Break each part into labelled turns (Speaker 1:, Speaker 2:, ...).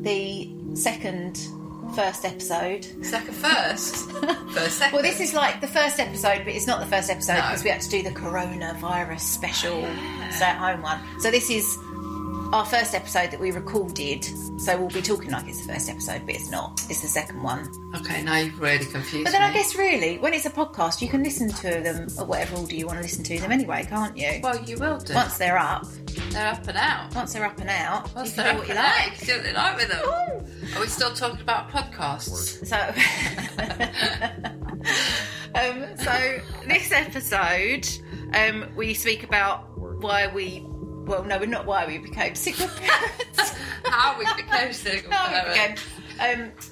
Speaker 1: the second first episode.
Speaker 2: Second first. first second.
Speaker 1: Well, this is like the first episode, but it's not the first episode
Speaker 2: No. Oh,
Speaker 1: because we had to do the coronavirus special stay at home one. So this is our first episode that we recorded. So we'll be talking like it's the first episode, but it's not. It's the second one.
Speaker 2: Okay, now you've really confused
Speaker 1: But then I
Speaker 2: me.
Speaker 1: guess really, when it's a podcast, you can listen to them at whatever order you want to listen to them anyway, can't you?
Speaker 2: Well, you will do.
Speaker 1: Once they're up,
Speaker 2: They're up and out.
Speaker 1: once they're up and out,
Speaker 2: Once
Speaker 1: you
Speaker 2: they're
Speaker 1: can do
Speaker 2: up
Speaker 1: what you
Speaker 2: and out,
Speaker 1: like.
Speaker 2: You can do what you like with them. Are we still talking about podcasts?
Speaker 1: So, um, so this episode, um, we speak about why we. Well, no, we're not why we became single parents.
Speaker 2: How we became single
Speaker 1: How we became.
Speaker 2: parents.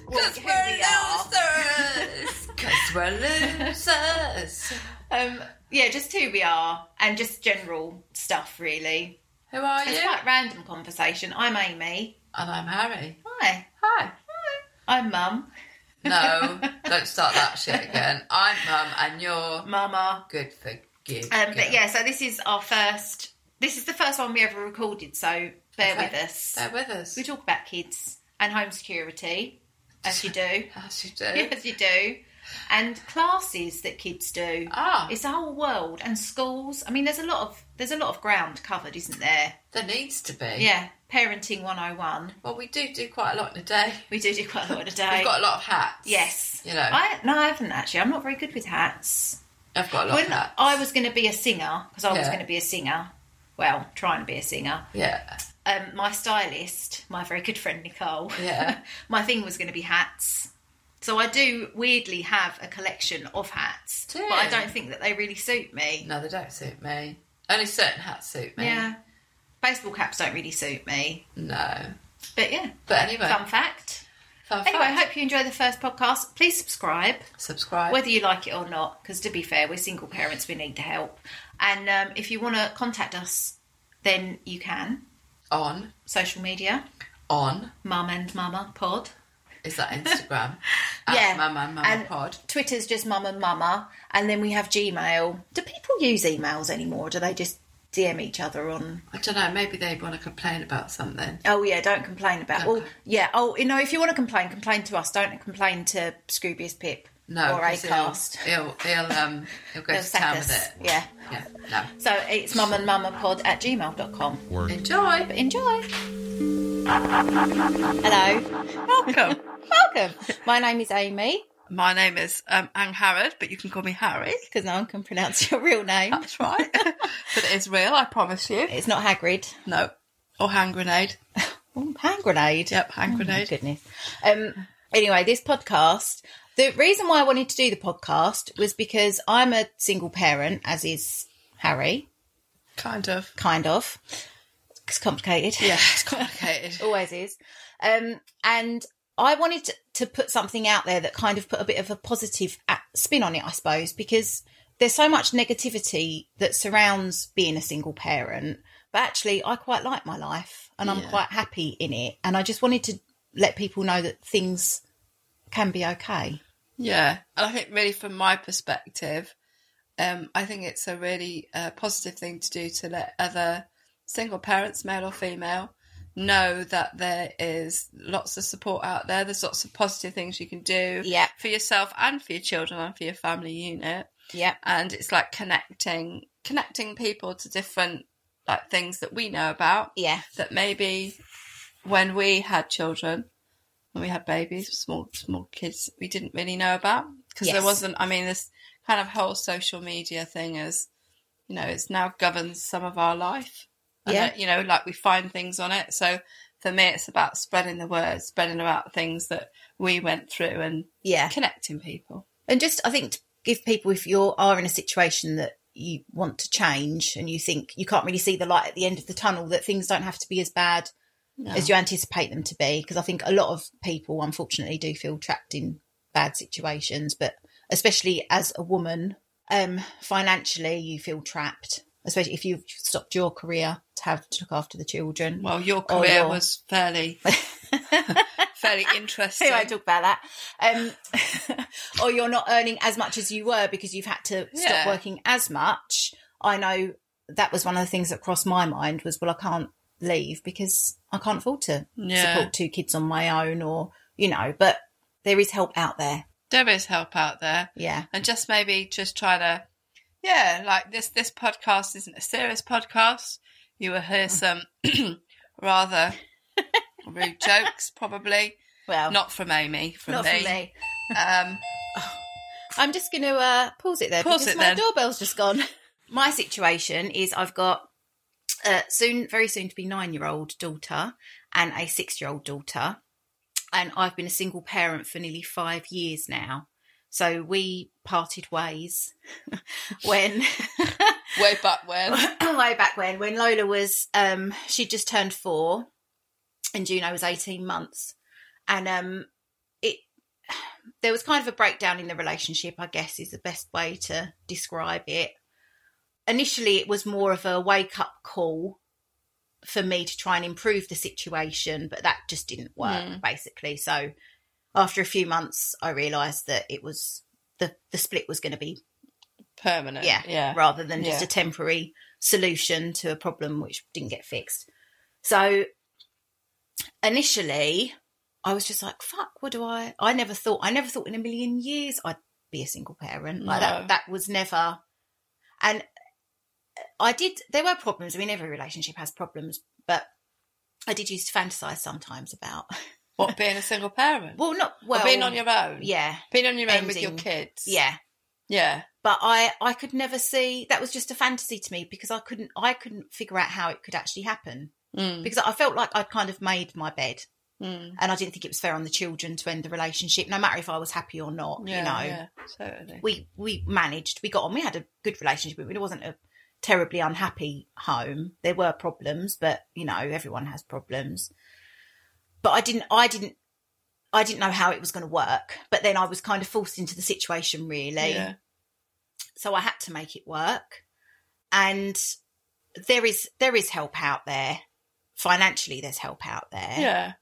Speaker 1: Um, well,
Speaker 2: Because
Speaker 1: who
Speaker 2: we're
Speaker 1: we are.
Speaker 2: losers. Because we're losers.
Speaker 1: Um, yeah, just who we are and just general stuff, really.
Speaker 2: Who are
Speaker 1: It's
Speaker 2: you?
Speaker 1: quite random conversation. I'm Amy.
Speaker 2: And I'm Harry.
Speaker 1: Hi.
Speaker 2: Hi.
Speaker 1: I'm Mum.
Speaker 2: No, don't start that shit again. I'm mum and you're
Speaker 1: Mama.
Speaker 2: good for you.
Speaker 1: Um,
Speaker 2: girl.
Speaker 1: but yeah, so this is our first. This is the first one we ever recorded. So bear
Speaker 2: Okay.
Speaker 1: with us.
Speaker 2: They're with us.
Speaker 1: We talk about kids and home security, as you do,
Speaker 2: As you do.
Speaker 1: as you do, and classes that kids do.
Speaker 2: Ah.
Speaker 1: It's a whole world and schools. I mean, there's a lot of there's a lot of ground covered, isn't there?
Speaker 2: There needs to be.
Speaker 1: Yeah, parenting 101.
Speaker 2: Well, we do do quite a lot in a day.
Speaker 1: We do do quite a lot in a day.
Speaker 2: We've got a lot of hats.
Speaker 1: yes.
Speaker 2: You know, I,
Speaker 1: I, no, I haven't actually. I'm not very good with hats.
Speaker 2: have got a lot
Speaker 1: When
Speaker 2: of hats.
Speaker 1: I was going to be a singer, because I was
Speaker 2: Yeah.
Speaker 1: going to be a singer, well, try and be a singer,
Speaker 2: Yeah.
Speaker 1: um, my stylist, my very good friend Nicole,
Speaker 2: Yeah.
Speaker 1: my thing was going to be hats. So I do weirdly have a collection of hats,
Speaker 2: Do
Speaker 1: but I
Speaker 2: you?
Speaker 1: don't think that they really suit me.
Speaker 2: No, they don't suit me. Only certain hats suit me.
Speaker 1: Yeah, baseball caps don't really suit me.
Speaker 2: No.
Speaker 1: But yeah,
Speaker 2: But anyway,
Speaker 1: fun fact.
Speaker 2: fun
Speaker 1: Anyway, I
Speaker 2: fact.
Speaker 1: hope you enjoy the first podcast. Please subscribe,
Speaker 2: Subscribe.
Speaker 1: whether you like it or not, because to be fair, we're single parents, we need the help. And um, if you want to contact us, then you can.
Speaker 2: on.
Speaker 1: Social media,
Speaker 2: On.
Speaker 1: Mum and Mama Pod.
Speaker 2: Is that Instagram? At
Speaker 1: Yeah.
Speaker 2: Mum and Mama
Speaker 1: And-
Speaker 2: Pod.
Speaker 1: Twitter's just mum and mama, and then we have Gmail. Do people use emails anymore? Do they just DM each other on?
Speaker 2: I don't know. Maybe they want to complain about something.
Speaker 1: Oh yeah, don't complain about. Well,
Speaker 2: Okay.
Speaker 1: yeah. Oh, you know, if you want to complain, complain to us. Don't complain to Scroobius Pip
Speaker 2: No.
Speaker 1: or
Speaker 2: 'cause he'll-
Speaker 1: Acast.
Speaker 2: He'll, he'll, um, he'll go
Speaker 1: They'll
Speaker 2: to
Speaker 1: sack
Speaker 2: town
Speaker 1: us.
Speaker 2: with it.
Speaker 1: Yeah.
Speaker 2: Yeah. No.
Speaker 1: So it's mum and mama pod at gmail.com.
Speaker 2: Enjoy.
Speaker 1: But enjoy. Hello. Welcome. Welcome. My name is Amy
Speaker 2: My name is um, Anne Harrod, but you can call me Harry.
Speaker 1: because no one can pronounce your real name.
Speaker 2: That's right. but it is real, I promise you.
Speaker 1: It's not Hagrid.
Speaker 2: No. Or hand grenade.
Speaker 1: Oh, hand grenade.
Speaker 2: Yep, hand
Speaker 1: Oh,
Speaker 2: grenade.
Speaker 1: goodness. Um, anyway, this podcast. The reason why I wanted to do the podcast was because I'm a single parent, as is Harry,
Speaker 2: Kind of.
Speaker 1: kind of. It's complicated.
Speaker 2: Yeah, it's complicated.
Speaker 1: always is. Um, and I wanted to, to put something out there that kind of put a bit of a positive a- spin on it, I suppose, because there's so much negativity that surrounds being a single parent. But actually, I quite like my life and I'm
Speaker 2: Yeah.
Speaker 1: quite happy in it. And I just wanted to let people know that things can be okay.
Speaker 2: Yeah. And I think, really, from my perspective, um, I think it's a really uh, positive thing to do to let other single parents, male or female, know that there is lots of support out there. There's lots of positive things you can do
Speaker 1: Yeah.
Speaker 2: for yourself and for your children and for your family unit.
Speaker 1: Yeah.
Speaker 2: And it's like connecting connecting people to different like things that we know about
Speaker 1: Yeah.
Speaker 2: that maybe when we had children, when we had babies, small small kids, we didn't really know about because there
Speaker 1: Yes.
Speaker 2: wasn't. I mean, this kind of whole social media thing is, you know, it's now governs some of our life. And
Speaker 1: Yeah.
Speaker 2: that, you know, like we find things on it. So for me, it's about spreading the word, spreading about things that we went through and
Speaker 1: Yeah.
Speaker 2: connecting people.
Speaker 1: And just, I think, to give people, if you are in a situation that you want to change and you think you can't really see the light at the end of the tunnel, that things don't have to be as bad as you anticipate them to be. Because I think a lot of people, unfortunately, do feel trapped in bad situations. But especially as a woman, um, financially, you feel trapped. Especially if you've stopped your career to have to look after the children.
Speaker 2: Well, your
Speaker 1: Oh,
Speaker 2: career
Speaker 1: yeah.
Speaker 2: was fairly, fairly interesting.
Speaker 1: Anyway, I talk about that. Um, or you're not earning as much as you were because you've had to stop
Speaker 2: Yeah.
Speaker 1: working as much. I know that was one of the things that crossed my mind was, well, I can't leave because I can't afford to
Speaker 2: Yeah.
Speaker 1: support two kids on my own or, you know, but there is help out there.
Speaker 2: there is help out there.
Speaker 1: Yeah.
Speaker 2: and just maybe just try to yeah like this this podcast isn't a serious podcast you will hear some
Speaker 1: Mm.
Speaker 2: rather rude jokes probably
Speaker 1: Well,
Speaker 2: not from amy from
Speaker 1: not
Speaker 2: me,
Speaker 1: for me.
Speaker 2: um
Speaker 1: I'm just going to uh, pause it there
Speaker 2: Pause
Speaker 1: because
Speaker 2: it
Speaker 1: my
Speaker 2: then.
Speaker 1: doorbell's just gone. My situation is I've got uh, soon, very soon to be nine year old daughter and a six year old daughter, and I've been a single parent for nearly five years now. So we parted ways when
Speaker 2: way back when
Speaker 1: way back when when Lola was um she just turned four and Juno was 18 months and um it there was kind of a breakdown in the relationship I guess is the best way to describe it initially it was more of a wake up call for me to try and improve the situation but that just didn't work basically so after a few months I realized that it was the the split was going to be
Speaker 2: permanent
Speaker 1: yeah,
Speaker 2: yeah
Speaker 1: rather than just
Speaker 2: Yeah.
Speaker 1: a temporary solution to a problem which didn't get fixed. So initially, I was just like, "Fuck, what do I?" I never thought, I never thought in a million years I'd be a single parent. Like
Speaker 2: No.
Speaker 1: that, that was never. And I did. There were problems. I mean, every relationship has problems, but I did used to fantasize sometimes about.
Speaker 2: what being a single parent
Speaker 1: Well, not
Speaker 2: Or
Speaker 1: well.
Speaker 2: being on your own
Speaker 1: yeah,
Speaker 2: being on your own with your
Speaker 1: Ending.
Speaker 2: kids
Speaker 1: yeah.
Speaker 2: yeah
Speaker 1: but I I could never see that was just a fantasy to me because I couldn't I couldn't figure out how it could actually happen
Speaker 2: Mm.
Speaker 1: because I felt like I'd kind of made my bed
Speaker 2: Mm.
Speaker 1: and I didn't think it was fair on the children to end the relationship no matter if I was happy or not
Speaker 2: yeah
Speaker 1: you know
Speaker 2: yeah totally
Speaker 1: we we managed we got on we had a good relationship it wasn't a terribly unhappy home there were problems but you know everyone has problems but I didn't I didn't I didn't know how it was going to work but then I was kind of forced into the situation really
Speaker 2: yeah
Speaker 1: so I had to make it work. And there is there is help out there. Financially, there's help out there.
Speaker 2: yeah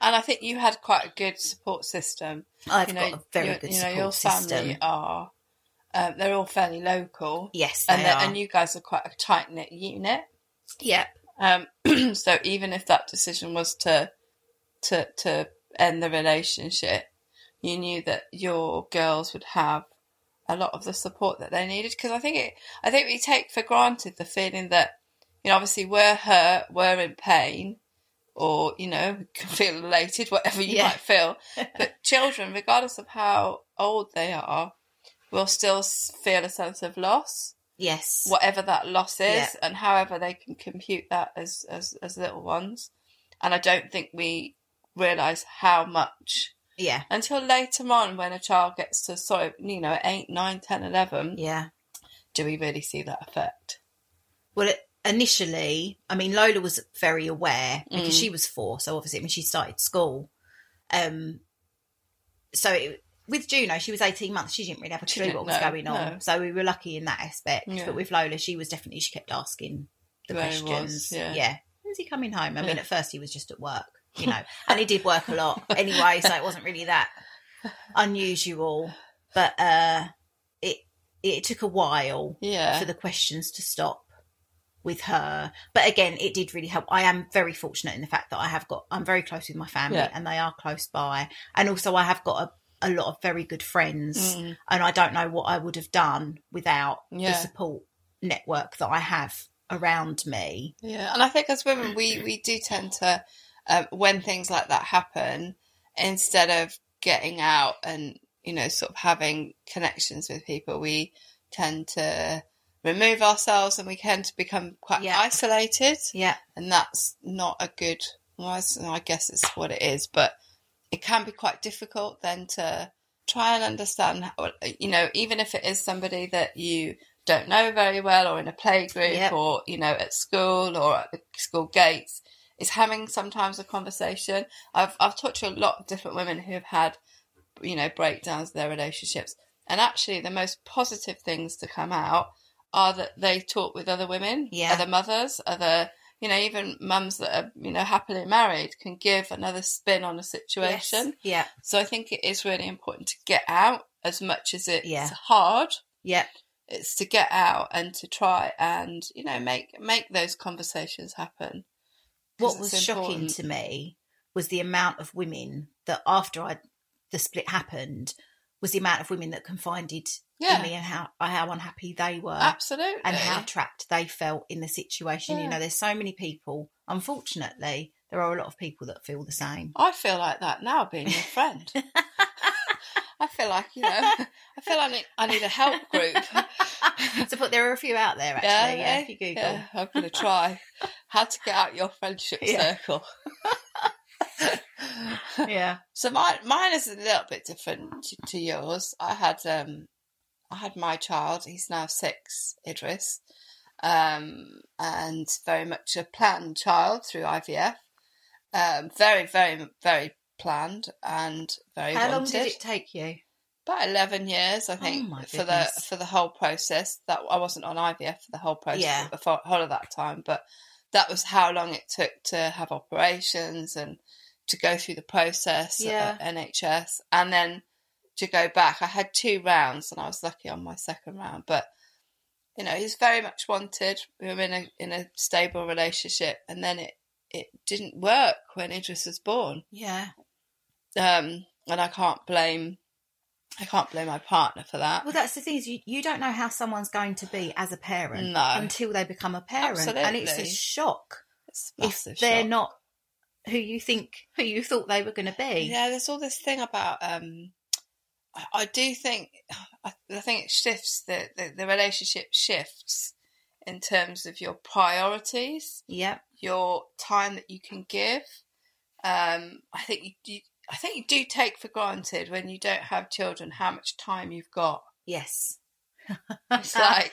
Speaker 2: and i think you had quite a good support system
Speaker 1: I've
Speaker 2: you know,
Speaker 1: got a very
Speaker 2: your,
Speaker 1: good
Speaker 2: you know,
Speaker 1: support
Speaker 2: your
Speaker 1: system.
Speaker 2: family are um, they're all fairly local,
Speaker 1: Yes, they
Speaker 2: and they're-
Speaker 1: are.
Speaker 2: and you guys are quite a tight knit unit.
Speaker 1: yeah,
Speaker 2: Um, so even if that decision was to to to end the relationship, you knew that your girls would have a lot of the support that they needed. Because I think it, I think we take for granted the feeling that you know, obviously we're hurt, we're in pain, or you know, we can feel elated, whatever you
Speaker 1: Yeah.
Speaker 2: might feel. But children, regardless of how old they are, will still s- feel a sense of loss
Speaker 1: yes,
Speaker 2: whatever that loss is
Speaker 1: Yeah.
Speaker 2: and however they can compute that as, as as little ones and i don't think we realize how much
Speaker 1: yeah,
Speaker 2: until later on when a child gets to sort of you know 8 9 10 11
Speaker 1: yeah.
Speaker 2: do we really see that effect
Speaker 1: Well, it, initially, I mean, Lola was very aware because
Speaker 2: Mm.
Speaker 1: she was four, so obviously, I mean, she started school. Um, so it, with Juno, she was eighteen months. She didn't really have a
Speaker 2: She
Speaker 1: clue
Speaker 2: didn't
Speaker 1: what was
Speaker 2: know,
Speaker 1: going on.
Speaker 2: no.
Speaker 1: So we were lucky in that aspect.
Speaker 2: Yeah.
Speaker 1: But with Lola, she was definitely she kept asking the
Speaker 2: Where he was,
Speaker 1: questions.
Speaker 2: yeah.
Speaker 1: when's he coming home? I mean,
Speaker 2: Yeah.
Speaker 1: at first he was just at work, you know, and he did work a lot anyway, so it wasn't really that unusual. But uh, it it took a while
Speaker 2: Yeah.
Speaker 1: for the questions to stop with her. But again, it did really help. I am very fortunate in the fact that I have got, I'm very close with my family
Speaker 2: Yeah.
Speaker 1: and they are close by. And also, I have got a, a lot of very good friends. And I don't know what I would have done without the
Speaker 2: Mm. Yeah.
Speaker 1: support network that I have around me.
Speaker 2: Yeah, and I think as women, we we do tend to, um, when things like that happen, instead of getting out and you know sort of having connections with people, we tend to remove ourselves and we tend to become quite
Speaker 1: Yeah.
Speaker 2: isolated,
Speaker 1: Yeah.
Speaker 2: and that's not a good. Well, it's- I guess it's what it is, but it can be quite difficult then to try and understand. How, you know, even if it is somebody that you don't know very well, or in a playgroup,
Speaker 1: Yep.
Speaker 2: or you know, at school or at the school gates, is having sometimes a conversation. I've I've talked to a lot of different women who have had, you know, breakdowns of their relationships, and actually the most positive things to come out are that they talk with other women,
Speaker 1: Yeah.
Speaker 2: other mothers, other you know, even mums that are you know happily married can give another spin on a
Speaker 1: Yes.
Speaker 2: situation.
Speaker 1: Yeah.
Speaker 2: So I think it is really important to get out as much as it's
Speaker 1: Yeah.
Speaker 2: hard.
Speaker 1: Yeah.
Speaker 2: It's to get out and to try and you know make make those conversations happen. 'Cause
Speaker 1: what
Speaker 2: it's
Speaker 1: was shocking
Speaker 2: important.
Speaker 1: to me was the amount of women that after I the split happened was the amount of women that confided
Speaker 2: Yeah.
Speaker 1: in me and how how unhappy they were
Speaker 2: Absolutely.
Speaker 1: and how trapped they felt in the situation. You
Speaker 2: Yeah.
Speaker 1: know, there's so many people. Unfortunately, there are a lot of people that feel the same.
Speaker 2: I feel like that now being your friend. I feel like you know. I feel I need I need a help group.
Speaker 1: so, but there are a few out there
Speaker 2: Yeah,
Speaker 1: actually. Yeah,
Speaker 2: yeah,
Speaker 1: if you Google.
Speaker 2: yeah, I'm gonna try how to get out your friendship
Speaker 1: Yeah.
Speaker 2: circle.
Speaker 1: yeah.
Speaker 2: So mine, mine is a little bit different to, to yours. I had, um, I had my child. He's now six, Idris, um, and very much a planned child through IVF. Um, very, very, very planned and very
Speaker 1: How
Speaker 2: wanted.
Speaker 1: long did it take you?
Speaker 2: About eleven years, I think,
Speaker 1: Oh my
Speaker 2: for the
Speaker 1: goodness.
Speaker 2: for the whole process. That I wasn't on IVF for the whole process,
Speaker 1: Yeah.
Speaker 2: the fo- whole of that time. But that was how long it took to have operations and to go through the process
Speaker 1: Yeah.
Speaker 2: at NHS, and then to go back. I had two rounds, and I was lucky on my second round. But you know, he's very much wanted. We were in a in a stable relationship, and then it it didn't work when Idris was born
Speaker 1: Yeah.
Speaker 2: um, and I can't blame I can't blame my partner for that.
Speaker 1: Well, that's the thing is you, you don't know how someone's going to be as a parent
Speaker 2: No.
Speaker 1: until they become a parent, and it's a
Speaker 2: Absolutely.
Speaker 1: shock
Speaker 2: It's a
Speaker 1: if
Speaker 2: massive
Speaker 1: they're
Speaker 2: shock.
Speaker 1: not who you think who you thought they were going to be.
Speaker 2: yeah, there's all this thing about. Um, I, I do think I, I think it shifts the, the the relationship shifts in terms of your priorities,
Speaker 1: Yep.
Speaker 2: your time that you can give. Um, I think you, you I think you do take for granted when you don't have children how much time you've got.
Speaker 1: Yes.
Speaker 2: It's like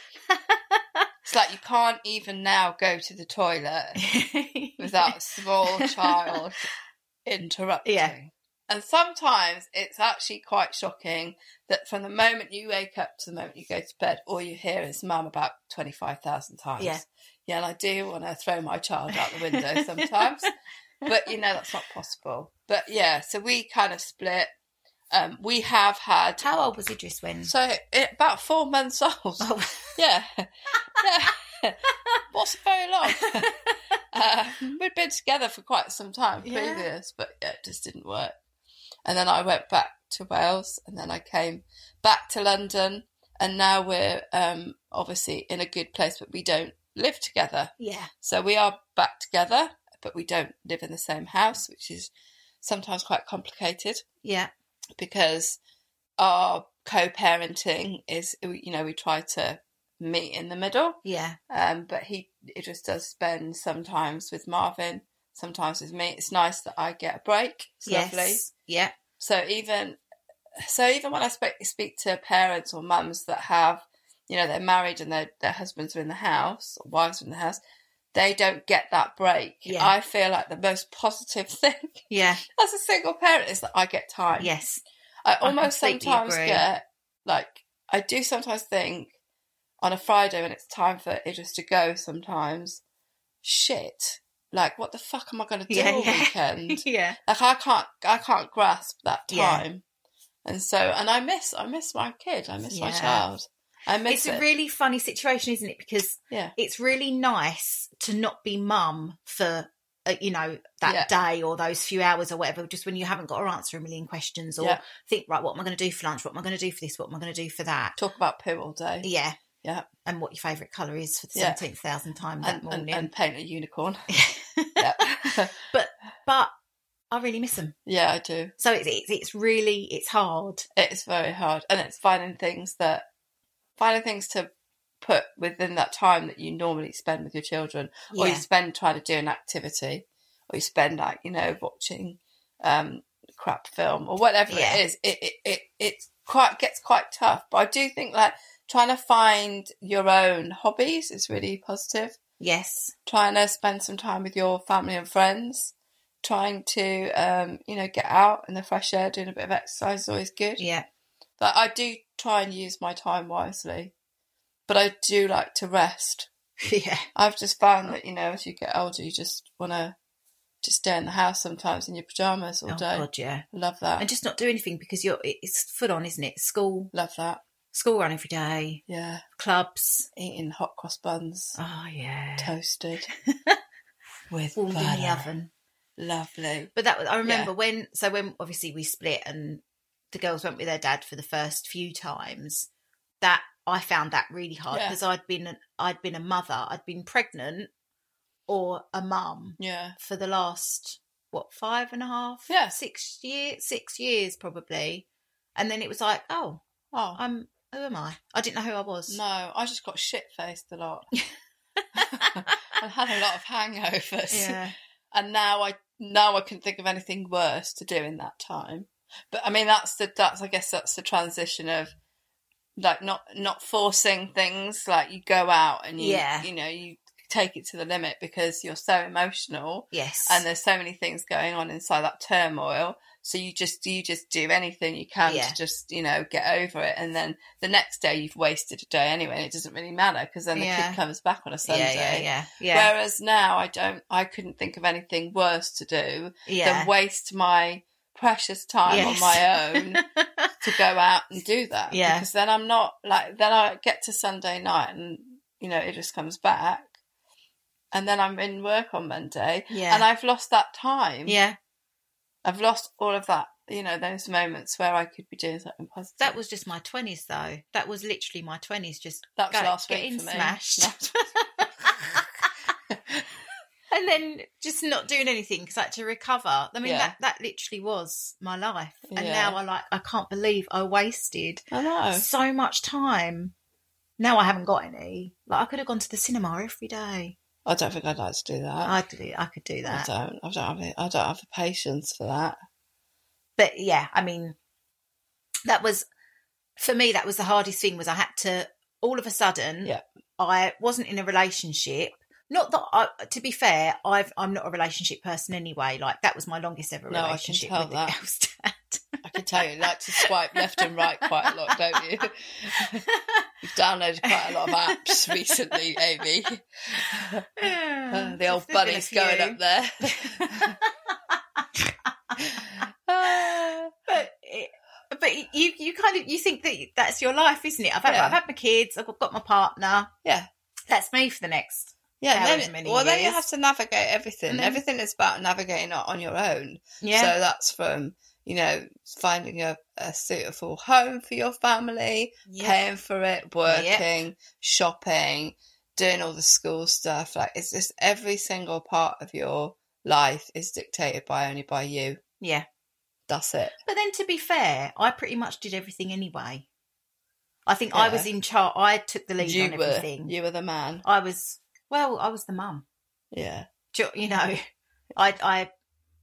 Speaker 2: it's like you can't even now go to the toilet without a small child interrupting.
Speaker 1: Yeah.
Speaker 2: And sometimes it's actually quite shocking that from the moment you wake up to the moment you go to bed, all you hear is mum about 25,000 times.
Speaker 1: Yeah.
Speaker 2: Yeah, and I do want to throw my child out the window sometimes, but you know, that's not possible. But yeah, so we kind of split. Um, we have had.
Speaker 1: How old was Idris when?
Speaker 2: So it, about four months old.
Speaker 1: Oh,
Speaker 2: Yeah. yeah. Wasn't very long. uh, we'd been together for quite some time
Speaker 1: Yeah.
Speaker 2: previous, but yeah, it just didn't work. And then I went back to Wales and then I came back to London. And now we're um, obviously in a good place, but we don't live together.
Speaker 1: yeah.
Speaker 2: So we are back together, but we don't live in the same house, which is sometimes quite complicated
Speaker 1: Yeah.
Speaker 2: because our co-parenting is you know we try to meet in the middle
Speaker 1: Yeah.
Speaker 2: um but he it just does spend sometimes with marvin sometimes with me it's nice that i get a break it's
Speaker 1: Yes.
Speaker 2: lovely
Speaker 1: Yeah.
Speaker 2: so even so even when i speak, speak to parents or mums that have you know they're married and their, their husbands are in the house or wives are in the house they don't get that break
Speaker 1: Yeah.
Speaker 2: i feel like the most positive thing
Speaker 1: Yeah.
Speaker 2: as a single parent is that i get time
Speaker 1: Yes.
Speaker 2: I almost
Speaker 1: completely
Speaker 2: sometimes
Speaker 1: agree.
Speaker 2: get like I do sometimes think on a Friday when it's time for Idris to go sometimes shit like what the fuck am I going to do
Speaker 1: Yeah,
Speaker 2: all
Speaker 1: yeah.
Speaker 2: weekend
Speaker 1: yeah.
Speaker 2: like I can't I can't grasp that
Speaker 1: Yeah.
Speaker 2: time and so and I miss I miss my kid I miss my
Speaker 1: Yeah.
Speaker 2: child I
Speaker 1: it's
Speaker 2: miss it.
Speaker 1: a really funny situation, isn't it? Because
Speaker 2: yeah.
Speaker 1: it's really nice to not be mum for uh, you know that day or those few hours or whatever just when you haven't got to answer a million questions or
Speaker 2: Yeah.
Speaker 1: think right what am i going to do for lunch what am i going to do for this what am i going to do for that
Speaker 2: Talk about poo all day.
Speaker 1: yeah
Speaker 2: Yeah.
Speaker 1: and what your favorite color is for the
Speaker 2: Yeah.
Speaker 1: 17,000 time that
Speaker 2: And, and,
Speaker 1: morning
Speaker 2: and paint a unicorn. yeah.
Speaker 1: but but i really miss them
Speaker 2: yeah, I do.
Speaker 1: so it's, it's it's really it's hard
Speaker 2: It's very hard, and it's finding things that finding things to put within that time that you normally spend with your children, or you
Speaker 1: Yeah.
Speaker 2: spend trying to do an activity, or you spend like you know watching um, crap film or whatever
Speaker 1: Yeah.
Speaker 2: it is. It it it it's quite gets quite tough, but I do think that trying to find your own hobbies is really positive
Speaker 1: yes
Speaker 2: trying to spend some time with your family and friends, trying to um, you know get out in the fresh air, doing a bit of exercise is always good.
Speaker 1: yeah
Speaker 2: But I do try and use my time wisely, but I do like to rest.
Speaker 1: yeah
Speaker 2: I've just found that you know as you get older, you just want to just stay in the house sometimes in your pajamas all
Speaker 1: oh
Speaker 2: day.
Speaker 1: god yeah
Speaker 2: Love that.
Speaker 1: and just not do anything because you're it's full on isn't it school
Speaker 2: Love that.
Speaker 1: school run every day
Speaker 2: Yeah,
Speaker 1: clubs
Speaker 2: eating hot cross buns,
Speaker 1: oh yeah
Speaker 2: toasted with
Speaker 1: warmed in the
Speaker 2: butter.
Speaker 1: oven
Speaker 2: Lovely.
Speaker 1: But that was, I remember
Speaker 2: Yeah.
Speaker 1: when, so when obviously we split and the girls went with their dad for the first few times, that I found that really hard
Speaker 2: Yeah.
Speaker 1: because I'd been, I'd been a mother, I'd been pregnant or a mum
Speaker 2: Yeah.
Speaker 1: for the last, what, five and a half?
Speaker 2: Yeah.
Speaker 1: Six years, six years probably. And then it was like, oh,
Speaker 2: Oh,
Speaker 1: I'm, who am I? I didn't know who I was.
Speaker 2: No, I just got shit faced a lot. I had a lot of hangovers,
Speaker 1: Yeah.
Speaker 2: and now I now I can think of anything worse to do in that time. But I mean, that's the that's I guess that's the transition of like not not forcing things. Like you go out and you
Speaker 1: Yeah.
Speaker 2: you know you take it to the limit because you're so emotional
Speaker 1: Yes.
Speaker 2: and there's so many things going on inside that turmoil so you just you just do anything you can
Speaker 1: Yeah.
Speaker 2: to just you know get over it and then the next day you've wasted a day anyway and it doesn't really matter because then the
Speaker 1: Yeah.
Speaker 2: kid comes back on a sunday
Speaker 1: yeah, yeah, yeah, yeah,
Speaker 2: whereas now i don't i couldn't think of anything worse to do
Speaker 1: yeah.
Speaker 2: than waste my precious time on
Speaker 1: Yes.
Speaker 2: my own to go out and do that
Speaker 1: Yeah.
Speaker 2: because then i'm not like then i get to sunday night and you know it just comes back and then i'm in work on monday
Speaker 1: Yeah.
Speaker 2: and i've lost that time
Speaker 1: yeah.
Speaker 2: I've lost all of that, you know, those moments where I could be doing something positive.
Speaker 1: That was just my twenties, though. That was literally my twenties. Just
Speaker 2: that was
Speaker 1: go-
Speaker 2: last week
Speaker 1: getting
Speaker 2: for me.
Speaker 1: smashed,
Speaker 2: Last-
Speaker 1: and then just not doing anything because I had to recover. I mean,
Speaker 2: Yeah.
Speaker 1: that that literally was my life. And
Speaker 2: Yeah. Oh.
Speaker 1: now I like, I can't believe I wasted
Speaker 2: I know.
Speaker 1: so much time. Now I haven't got any. Like I could have gone to the cinema every day.
Speaker 2: I don't think I'd like to do that.
Speaker 1: I do. I could do
Speaker 2: I
Speaker 1: that.
Speaker 2: don't. I don't have. The, I don't have the patience for that.
Speaker 1: But yeah, I mean, that was for me. That was the hardest thing. Was I had to all of a sudden.
Speaker 2: Yeah.
Speaker 1: I wasn't in a relationship. Not that I, to be fair, I've I'm not a relationship person anyway. Like that was my longest ever
Speaker 2: No, I can
Speaker 1: relationship
Speaker 2: tell
Speaker 1: with the
Speaker 2: that.
Speaker 1: girl's dad.
Speaker 2: I can tell you, you like to swipe left and right quite a lot, don't you? You've downloaded quite a lot of apps recently, Amy. Uh, the old
Speaker 1: There's been a
Speaker 2: bunny's going
Speaker 1: few.
Speaker 2: up there. Ah.
Speaker 1: But it, but you you kind of you think that that's your life, isn't it? I've had,
Speaker 2: Yeah.
Speaker 1: I've had my kids. I've got my partner.
Speaker 2: Yeah.
Speaker 1: that's me for the next.
Speaker 2: Yeah, and
Speaker 1: however
Speaker 2: then,
Speaker 1: many
Speaker 2: well, then you
Speaker 1: years.
Speaker 2: have to navigate everything.
Speaker 1: And then-
Speaker 2: everything is about navigating it on your own.
Speaker 1: Yeah,
Speaker 2: So that's from, you know, finding a, a suitable home for your family,
Speaker 1: yeah,
Speaker 2: paying for it, working, shopping, doing all the school stuff. Like, it's just every single part of your life is dictated by only by you.
Speaker 1: yeah.
Speaker 2: That's it.
Speaker 1: But then, to be fair, I pretty much did everything anyway. I think I
Speaker 2: Yeah.
Speaker 1: was in charge. I took the lead
Speaker 2: you
Speaker 1: on
Speaker 2: were
Speaker 1: everything.
Speaker 2: you were the man.
Speaker 1: I was well. I was the mum.
Speaker 2: Yeah.
Speaker 1: Do you you know, I I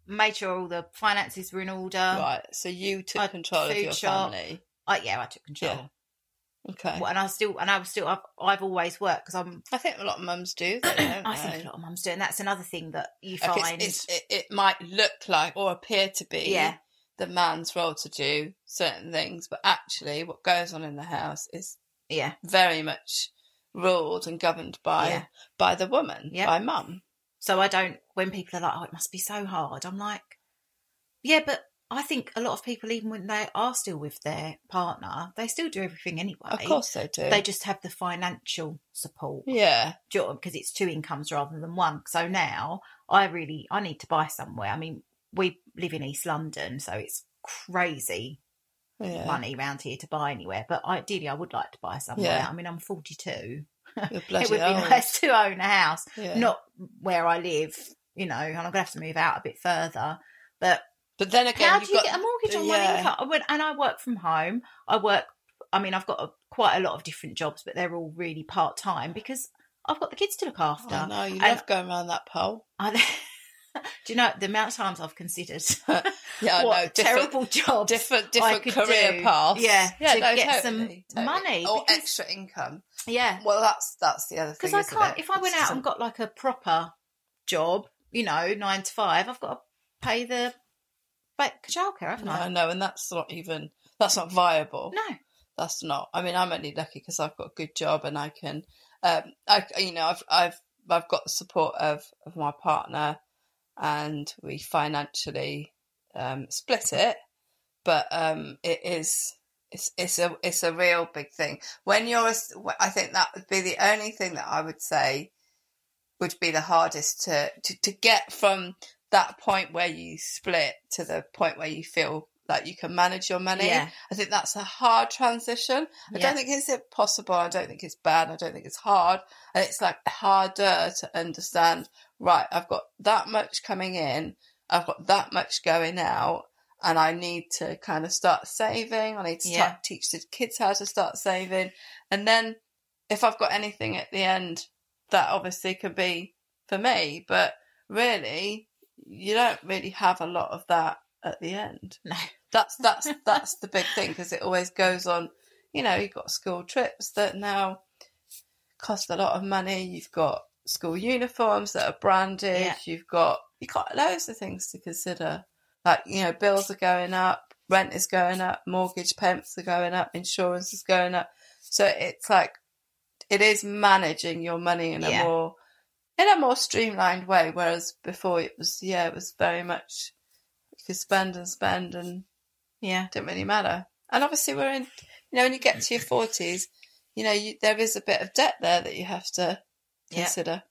Speaker 1: made sure all the finances were in order.
Speaker 2: Um, right. So you took
Speaker 1: I-
Speaker 2: control of
Speaker 1: food
Speaker 2: your
Speaker 1: shop.
Speaker 2: family.
Speaker 1: I, yeah, I took control,
Speaker 2: Yeah. Okay.
Speaker 1: Well, and I still and I was still I've, I've always worked because I'm.
Speaker 2: I think a lot of mums do. Though, don't
Speaker 1: I
Speaker 2: they?
Speaker 1: think a lot of mums do, and that's another thing that you
Speaker 2: Like, it's-
Speaker 1: find.
Speaker 2: it's- it, it might look like or appear to be
Speaker 1: Yeah.
Speaker 2: the man's role to do certain things, but actually, what goes on in the house is
Speaker 1: yeah,
Speaker 2: very much ruled and governed by
Speaker 1: Yeah.
Speaker 2: by the woman,
Speaker 1: Yeah.
Speaker 2: by mum.
Speaker 1: so I don't. When people are like, "Oh, it must be so hard," I'm like, "Yeah, but I think a lot of people, even when they are still with their partner, they still do everything anyway.
Speaker 2: Of course they do.
Speaker 1: They just have the financial support
Speaker 2: yeah.
Speaker 1: because it's two incomes rather than one. So now I really I need to buy somewhere. I mean, we live in East London, so it's crazy
Speaker 2: Yeah.
Speaker 1: money round here to buy anywhere. But ideally, I would like to buy somewhere.
Speaker 2: Yeah.
Speaker 1: I mean, I'm 42.
Speaker 2: You're
Speaker 1: it
Speaker 2: bloody
Speaker 1: would be
Speaker 2: old.
Speaker 1: nice to own a house,
Speaker 2: Yeah.
Speaker 1: not where I live, you know. And I'm gonna have to move out a bit further. But
Speaker 2: But then again,
Speaker 1: how
Speaker 2: you've
Speaker 1: do you
Speaker 2: got-
Speaker 1: get a mortgage on one
Speaker 2: yeah.
Speaker 1: income? I went, and I work from home. I work. I mean, I've got a, quite a lot of different jobs, but they're all really part time because I've got the kids to look after.
Speaker 2: I know you
Speaker 1: And
Speaker 2: love going around that pole.
Speaker 1: I, do you know the amount of times I've considered
Speaker 2: Yeah, I
Speaker 1: what
Speaker 2: know,
Speaker 1: a
Speaker 2: different-
Speaker 1: terrible job,
Speaker 2: Different,
Speaker 1: I
Speaker 2: different
Speaker 1: could
Speaker 2: career
Speaker 1: do.
Speaker 2: paths.
Speaker 1: Yeah,
Speaker 2: yeah,
Speaker 1: to
Speaker 2: no,
Speaker 1: get
Speaker 2: totally,
Speaker 1: some
Speaker 2: totally. Oh,
Speaker 1: money
Speaker 2: or
Speaker 1: because-
Speaker 2: extra income.
Speaker 1: yeah.
Speaker 2: Well, that's that's the other thing.
Speaker 1: Because I
Speaker 2: isn't
Speaker 1: can't.
Speaker 2: it?
Speaker 1: If I went
Speaker 2: It's
Speaker 1: out and
Speaker 2: just-
Speaker 1: got like a proper job, you know, nine to five, I've got to pay the ba- childcare, haven't
Speaker 2: no,
Speaker 1: I?
Speaker 2: no, and that's not even that's not viable.
Speaker 1: No,
Speaker 2: that's not. I mean, I'm only lucky because I've got a good job and I can, um, I you know, I've I've I've got the support of of my partner, and we financially um, split it, but um, it is. It's, it's a it's a real big thing. When you're, a s- I think that would be the only thing that I would say would be the hardest to, to, to get from that point where you split to the point where you feel like you can manage your money.
Speaker 1: Yeah.
Speaker 2: I think that's a hard transition. I
Speaker 1: Yeah.
Speaker 2: don't think it's impossible. I don't think it's bad. I don't think it's hard. And it's like harder to understand, right, I've got that much coming in, I've got that much going out, and I need to kind of start saving. I need to
Speaker 1: Yeah.
Speaker 2: start, teach the kids how to start saving. And then if I've got anything at the end, that obviously could be for me. But really, you don't really have a lot of that at the end.
Speaker 1: no.
Speaker 2: That's that's that's the big thing because it always goes on. You know, you've got school trips that now cost a lot of money. You've got school uniforms that are branded.
Speaker 1: Yeah.
Speaker 2: You've got you got loads of things to consider. Like you know, bills are going up, rent is going up, mortgage payments are going up, insurance is going up. So it's like it is managing your money in a
Speaker 1: Yeah.
Speaker 2: more in a more streamlined way. Whereas before it was yeah, it was very much you could spend and spend and
Speaker 1: Yeah.
Speaker 2: didn't really matter. And obviously, we're in, you know, when you get to your forties, you know, you, there is a bit of debt there that you have to
Speaker 1: Yeah.
Speaker 2: consider,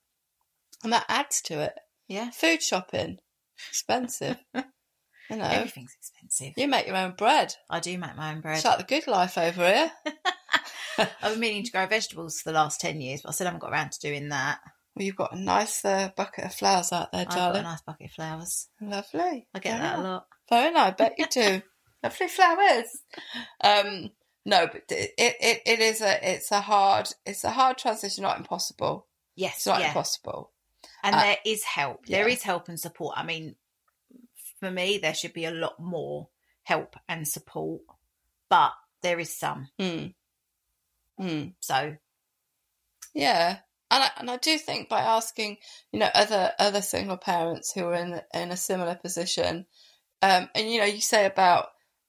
Speaker 2: and that adds to it.
Speaker 1: Yeah.
Speaker 2: Food shopping, expensive. you know,
Speaker 1: Everything's expensive.
Speaker 2: you make your own bread.
Speaker 1: I do make my own bread.
Speaker 2: It's like the good life over here.
Speaker 1: I've been meaning to grow vegetables for the last ten years, but I still haven't got around to doing that.
Speaker 2: Well, you've got a nice uh, bucket of flowers out there,
Speaker 1: I've got a
Speaker 2: darling.
Speaker 1: nice bucket of flowers.
Speaker 2: Lovely.
Speaker 1: I get that a lot.
Speaker 2: Phone, I bet you do. Lovely flowers. Um, no, but it, it, it is a it's a hard it's a hard transition, not impossible.
Speaker 1: Yes,
Speaker 2: It's not
Speaker 1: yeah.
Speaker 2: impossible.
Speaker 1: and
Speaker 2: Uh,
Speaker 1: there is help. There
Speaker 2: yeah.
Speaker 1: is help and support. I mean, for me, there should be a lot more help and support, but there is some.
Speaker 2: Mm.
Speaker 1: Hmm.
Speaker 2: Mm.
Speaker 1: So
Speaker 2: Yeah, and I, and I do think by asking, you know, other other single parents who are in in a similar position, um, and you know, you say about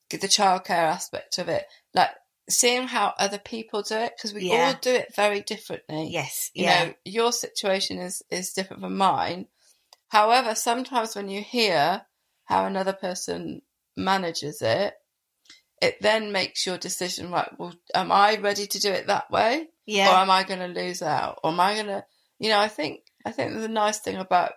Speaker 2: the childcare aspect of it, like seeing how other people do it because we
Speaker 1: Yeah.
Speaker 2: all do it very differently.
Speaker 1: yes,
Speaker 2: you
Speaker 1: yeah,
Speaker 2: know your situation is is different from mine however sometimes when you hear how another person manages it it then makes your decision right well am i ready to do it that way
Speaker 1: yeah,
Speaker 2: or am i going to lose out or am i going to you know i think i think the nice thing about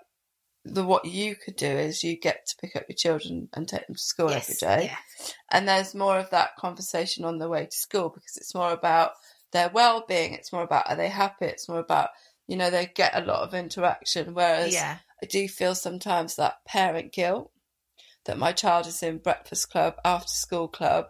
Speaker 2: the what you could do is you get to pick up your children and take them to school
Speaker 1: yes,
Speaker 2: every day
Speaker 1: yeah.
Speaker 2: and there's more of that conversation on the way to school because it's more about their well-being it's more about are they happy it's more about you know they get a lot of interaction whereas
Speaker 1: yeah,
Speaker 2: i do feel sometimes that parent guilt that my child is in breakfast club after school club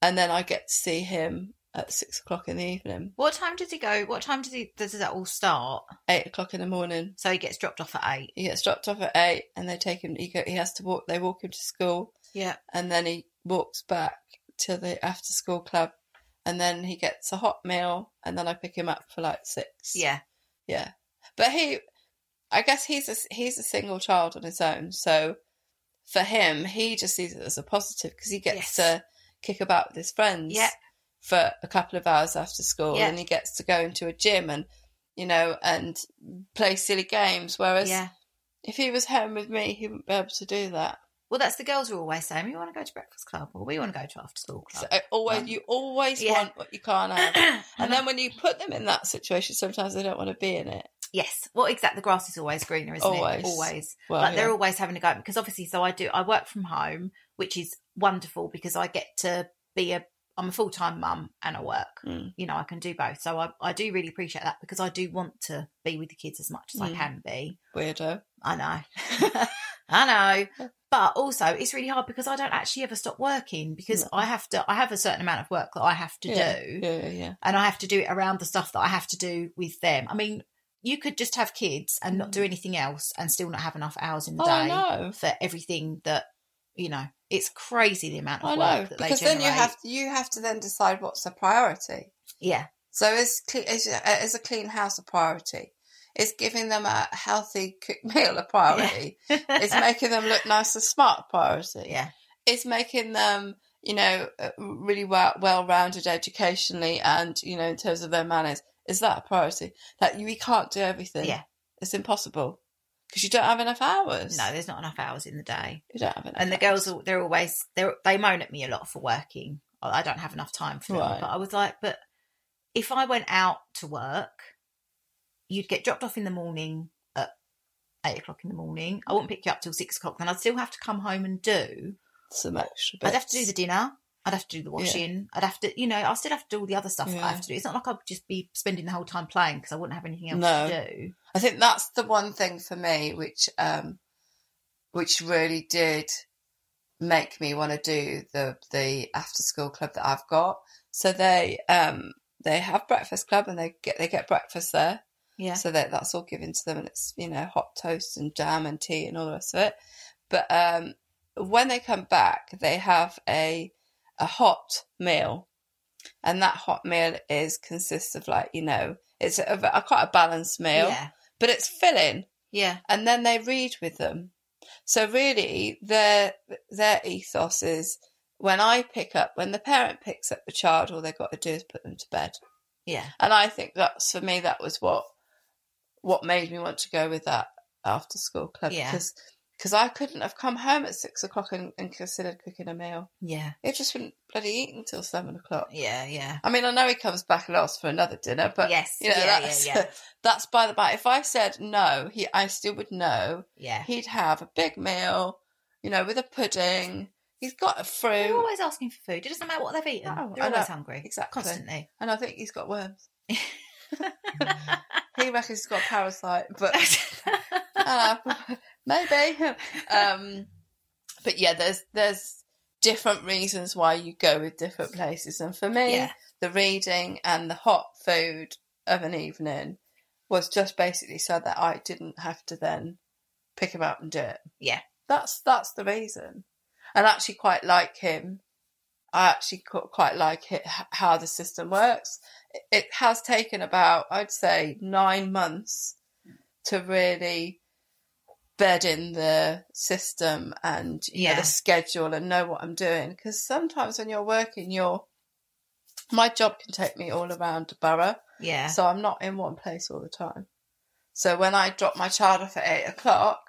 Speaker 2: and then i get to see him at six o'clock in the evening
Speaker 1: What time does he go? What time does he? Does that all start?
Speaker 2: eight o'clock in the morning
Speaker 1: So he gets dropped off at eight.
Speaker 2: he gets dropped off at eight and they take him he, go, he has to walk they walk him to school
Speaker 1: Yeah,
Speaker 2: and then he walks back to the after school club and then he gets a hot meal and then I pick him up for like six.
Speaker 1: yeah,
Speaker 2: Yeah. But he I guess he's a he's a single child on his own, so for him he just sees it as a positive because he gets
Speaker 1: Yes.
Speaker 2: to kick about with his friends
Speaker 1: Yeah.
Speaker 2: for a couple of hours after school
Speaker 1: Yeah.
Speaker 2: and he gets to go into a gym and you know and play silly games whereas
Speaker 1: yeah.
Speaker 2: if he was home with me he wouldn't be able to do that.
Speaker 1: Well, that's the girls are always saying, we want to go to breakfast club or we want to go to after school
Speaker 2: So
Speaker 1: club.
Speaker 2: always
Speaker 1: Um,
Speaker 2: you always
Speaker 1: yeah.
Speaker 2: want what you can't have, um, and
Speaker 1: Uh-huh.
Speaker 2: then when you put them in that situation, sometimes they don't want to be in it.
Speaker 1: Yes. Well, exactly. The grass is always greener, isn't
Speaker 2: Always.
Speaker 1: it? Always.
Speaker 2: Well,
Speaker 1: like they're
Speaker 2: Oh, yeah.
Speaker 1: always having a go because obviously, so I do. I work from home, which is wonderful because I get to be a. I'm a full time mum and I work.
Speaker 2: Mm.
Speaker 1: You know, I can do both. So I, I do really appreciate that because I do want to be with the kids as much as I
Speaker 2: Mm.
Speaker 1: can be.
Speaker 2: Weirdo.
Speaker 1: I know. I know. But also, it's really hard because I don't actually ever stop working because
Speaker 2: No.
Speaker 1: I have to. I have a certain amount of work that I have to
Speaker 2: yeah.
Speaker 1: do
Speaker 2: Yeah, yeah.
Speaker 1: and I have to do it around the stuff that I have to do with them. I mean, you could just have kids and not do anything else and still not have enough hours in the
Speaker 2: Mm. Oh, I
Speaker 1: day
Speaker 2: know.
Speaker 1: for everything that you know. It's crazy the amount of
Speaker 2: I
Speaker 1: work
Speaker 2: know.
Speaker 1: that
Speaker 2: Because
Speaker 1: they generate.
Speaker 2: then you have you have to then decide what's a priority.
Speaker 1: yeah,
Speaker 2: So is cle- is a- is a clean house a priority? Is giving them a healthy cooked meal a priority? is making them look nice and smart a priority?
Speaker 1: yeah,
Speaker 2: Is making them you know uh, really well well rounded educationally and you know in terms of their manners is that a priority? Like you, we can't do everything.
Speaker 1: Yeah.
Speaker 2: it's impossible because you don't have enough hours.
Speaker 1: no, there's not enough hours in the day.
Speaker 2: you don't have enough.
Speaker 1: And the
Speaker 2: hours.
Speaker 1: girls, are, they're always they are they moan at me a lot for working. I I don't have enough time for them.
Speaker 2: Right.
Speaker 1: But I was like, but if I went out to work, you'd get dropped off in the morning at eight o'clock in the morning. I wouldn't pick you up till six o'clock. Then I'd still have to come home and do.
Speaker 2: some extra.
Speaker 1: I'd have to do
Speaker 2: bits.
Speaker 1: the dinner. I'd have to do the washing. I'd have to, you know, I still have to do all the other stuff that I
Speaker 2: Yeah.
Speaker 1: have to do. It's not like I'd just be spending the whole time playing because I wouldn't have anything else
Speaker 2: No.
Speaker 1: to do.
Speaker 2: I think that's the one thing for me which um which really did make me want to do the the after school club that I've got. So they um they have breakfast club and they get they get breakfast there.
Speaker 1: Yeah.
Speaker 2: So that that's all given to them and it's you know hot toast and jam and tea and all the rest of it. But um when they come back they have a a hot meal and that hot meal is consists of like you know it's a, a quite a balanced meal
Speaker 1: Yeah.
Speaker 2: but it's filling
Speaker 1: Yeah.
Speaker 2: and then they read with them so really their their ethos is when i pick up when the parent picks up the child all they've got to do is put them to bed
Speaker 1: Yeah.
Speaker 2: and i think that's for me that was what what made me want to go with that after school club
Speaker 1: Yeah.
Speaker 2: because because i couldn't have come home at six o'clock and, and considered cooking a meal
Speaker 1: Yeah.
Speaker 2: it just wouldn't bloody eat until seven o'clock
Speaker 1: Yeah. Yeah.
Speaker 2: I mean, I know he comes back and asks for another dinner, but
Speaker 1: Yes,
Speaker 2: you know,
Speaker 1: yeah, yeah,
Speaker 2: that's,
Speaker 1: yeah.
Speaker 2: that's by the by. If I said no, he, I still would know.
Speaker 1: Yeah.
Speaker 2: He'd have a big meal, you know, with a pudding. He's got
Speaker 1: They're
Speaker 2: a fruit,
Speaker 1: always asking for food. It doesn't matter what they've eaten.
Speaker 2: No,
Speaker 1: They're
Speaker 2: I know.
Speaker 1: always hungry.
Speaker 2: Exactly.
Speaker 1: Constantly.
Speaker 2: and I think he's got worms. he reckons he's got a parasite, but uh, maybe. Um, but yeah, there's there's different reasons why you go with different places, and for me,
Speaker 1: Yeah.
Speaker 2: the reading and the hot food of an evening was just basically so that I didn't have to then pick him up and do it.
Speaker 1: Yeah.
Speaker 2: That's that's the reason, and I actually quite like him. I actually qu- quite like it h- how the system works. It- It has taken about I'd say nine months to really bed in the system and you know,
Speaker 1: Yeah.
Speaker 2: the schedule and know what I'm doing. Because sometimes when you're working, you're my job can take me all around the borough,
Speaker 1: Yeah.
Speaker 2: so I'm not in one place all the time. So when I drop my child off at eight o'clock,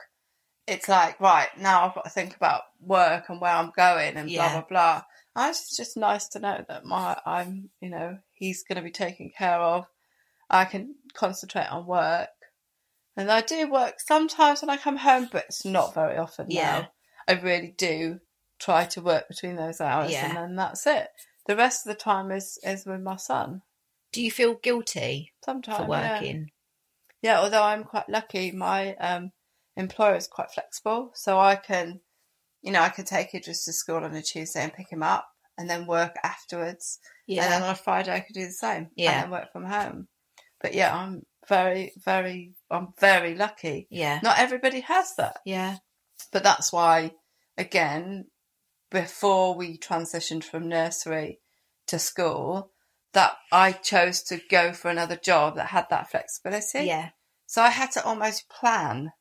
Speaker 2: it's like right now I've got to think about work and where I'm going and
Speaker 1: Yeah.
Speaker 2: blah blah blah. I it's just nice to know that my I'm you know he's going to be taken care of. I can concentrate on work, and I do work sometimes when I come home, but it's not very often.
Speaker 1: Yeah.
Speaker 2: now. I really do try to work between those hours,
Speaker 1: Yeah.
Speaker 2: and then that's it. The rest of the time is is with my son.
Speaker 1: Do you feel guilty
Speaker 2: Sometimes
Speaker 1: for
Speaker 2: yeah.
Speaker 1: working?
Speaker 2: Yeah, although I'm quite lucky, my um, employer is quite flexible, so I can, you know, I can take Idris to school on a Tuesday and pick him up, and then work afterwards. And
Speaker 1: um,
Speaker 2: then on a Friday, I can do the same.
Speaker 1: Yeah.
Speaker 2: and then work from home. But yeah, I'm very, very, I'm very lucky.
Speaker 1: Yeah.
Speaker 2: Not everybody has that,
Speaker 1: Yeah.
Speaker 2: but that's why, again, before we transitioned from nursery to school, that I chose to go for another job that had that flexibility.
Speaker 1: Yeah.
Speaker 2: So I had to almost plan.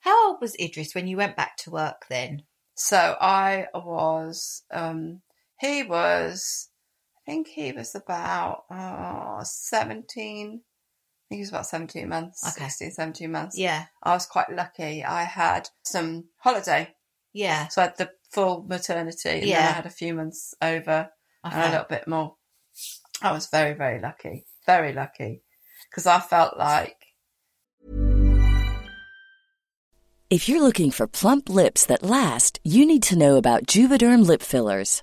Speaker 1: How old was Idris when you went back to work then?
Speaker 2: So I was, um, he was, I think he was about oh, 17. I think he was about 17 months,
Speaker 1: Okay.
Speaker 2: 16, 17 months.
Speaker 1: Yeah.
Speaker 2: I was quite lucky. I had some holiday
Speaker 1: Yeah.
Speaker 2: So I had the full maternity, and then
Speaker 1: Yeah.
Speaker 2: I had a few months over and a
Speaker 1: Okay.
Speaker 2: little bit more. I was very, very lucky, very lucky, because I felt like
Speaker 3: If you're looking for plump lips that last, you need to know about Juvederm lip fillers.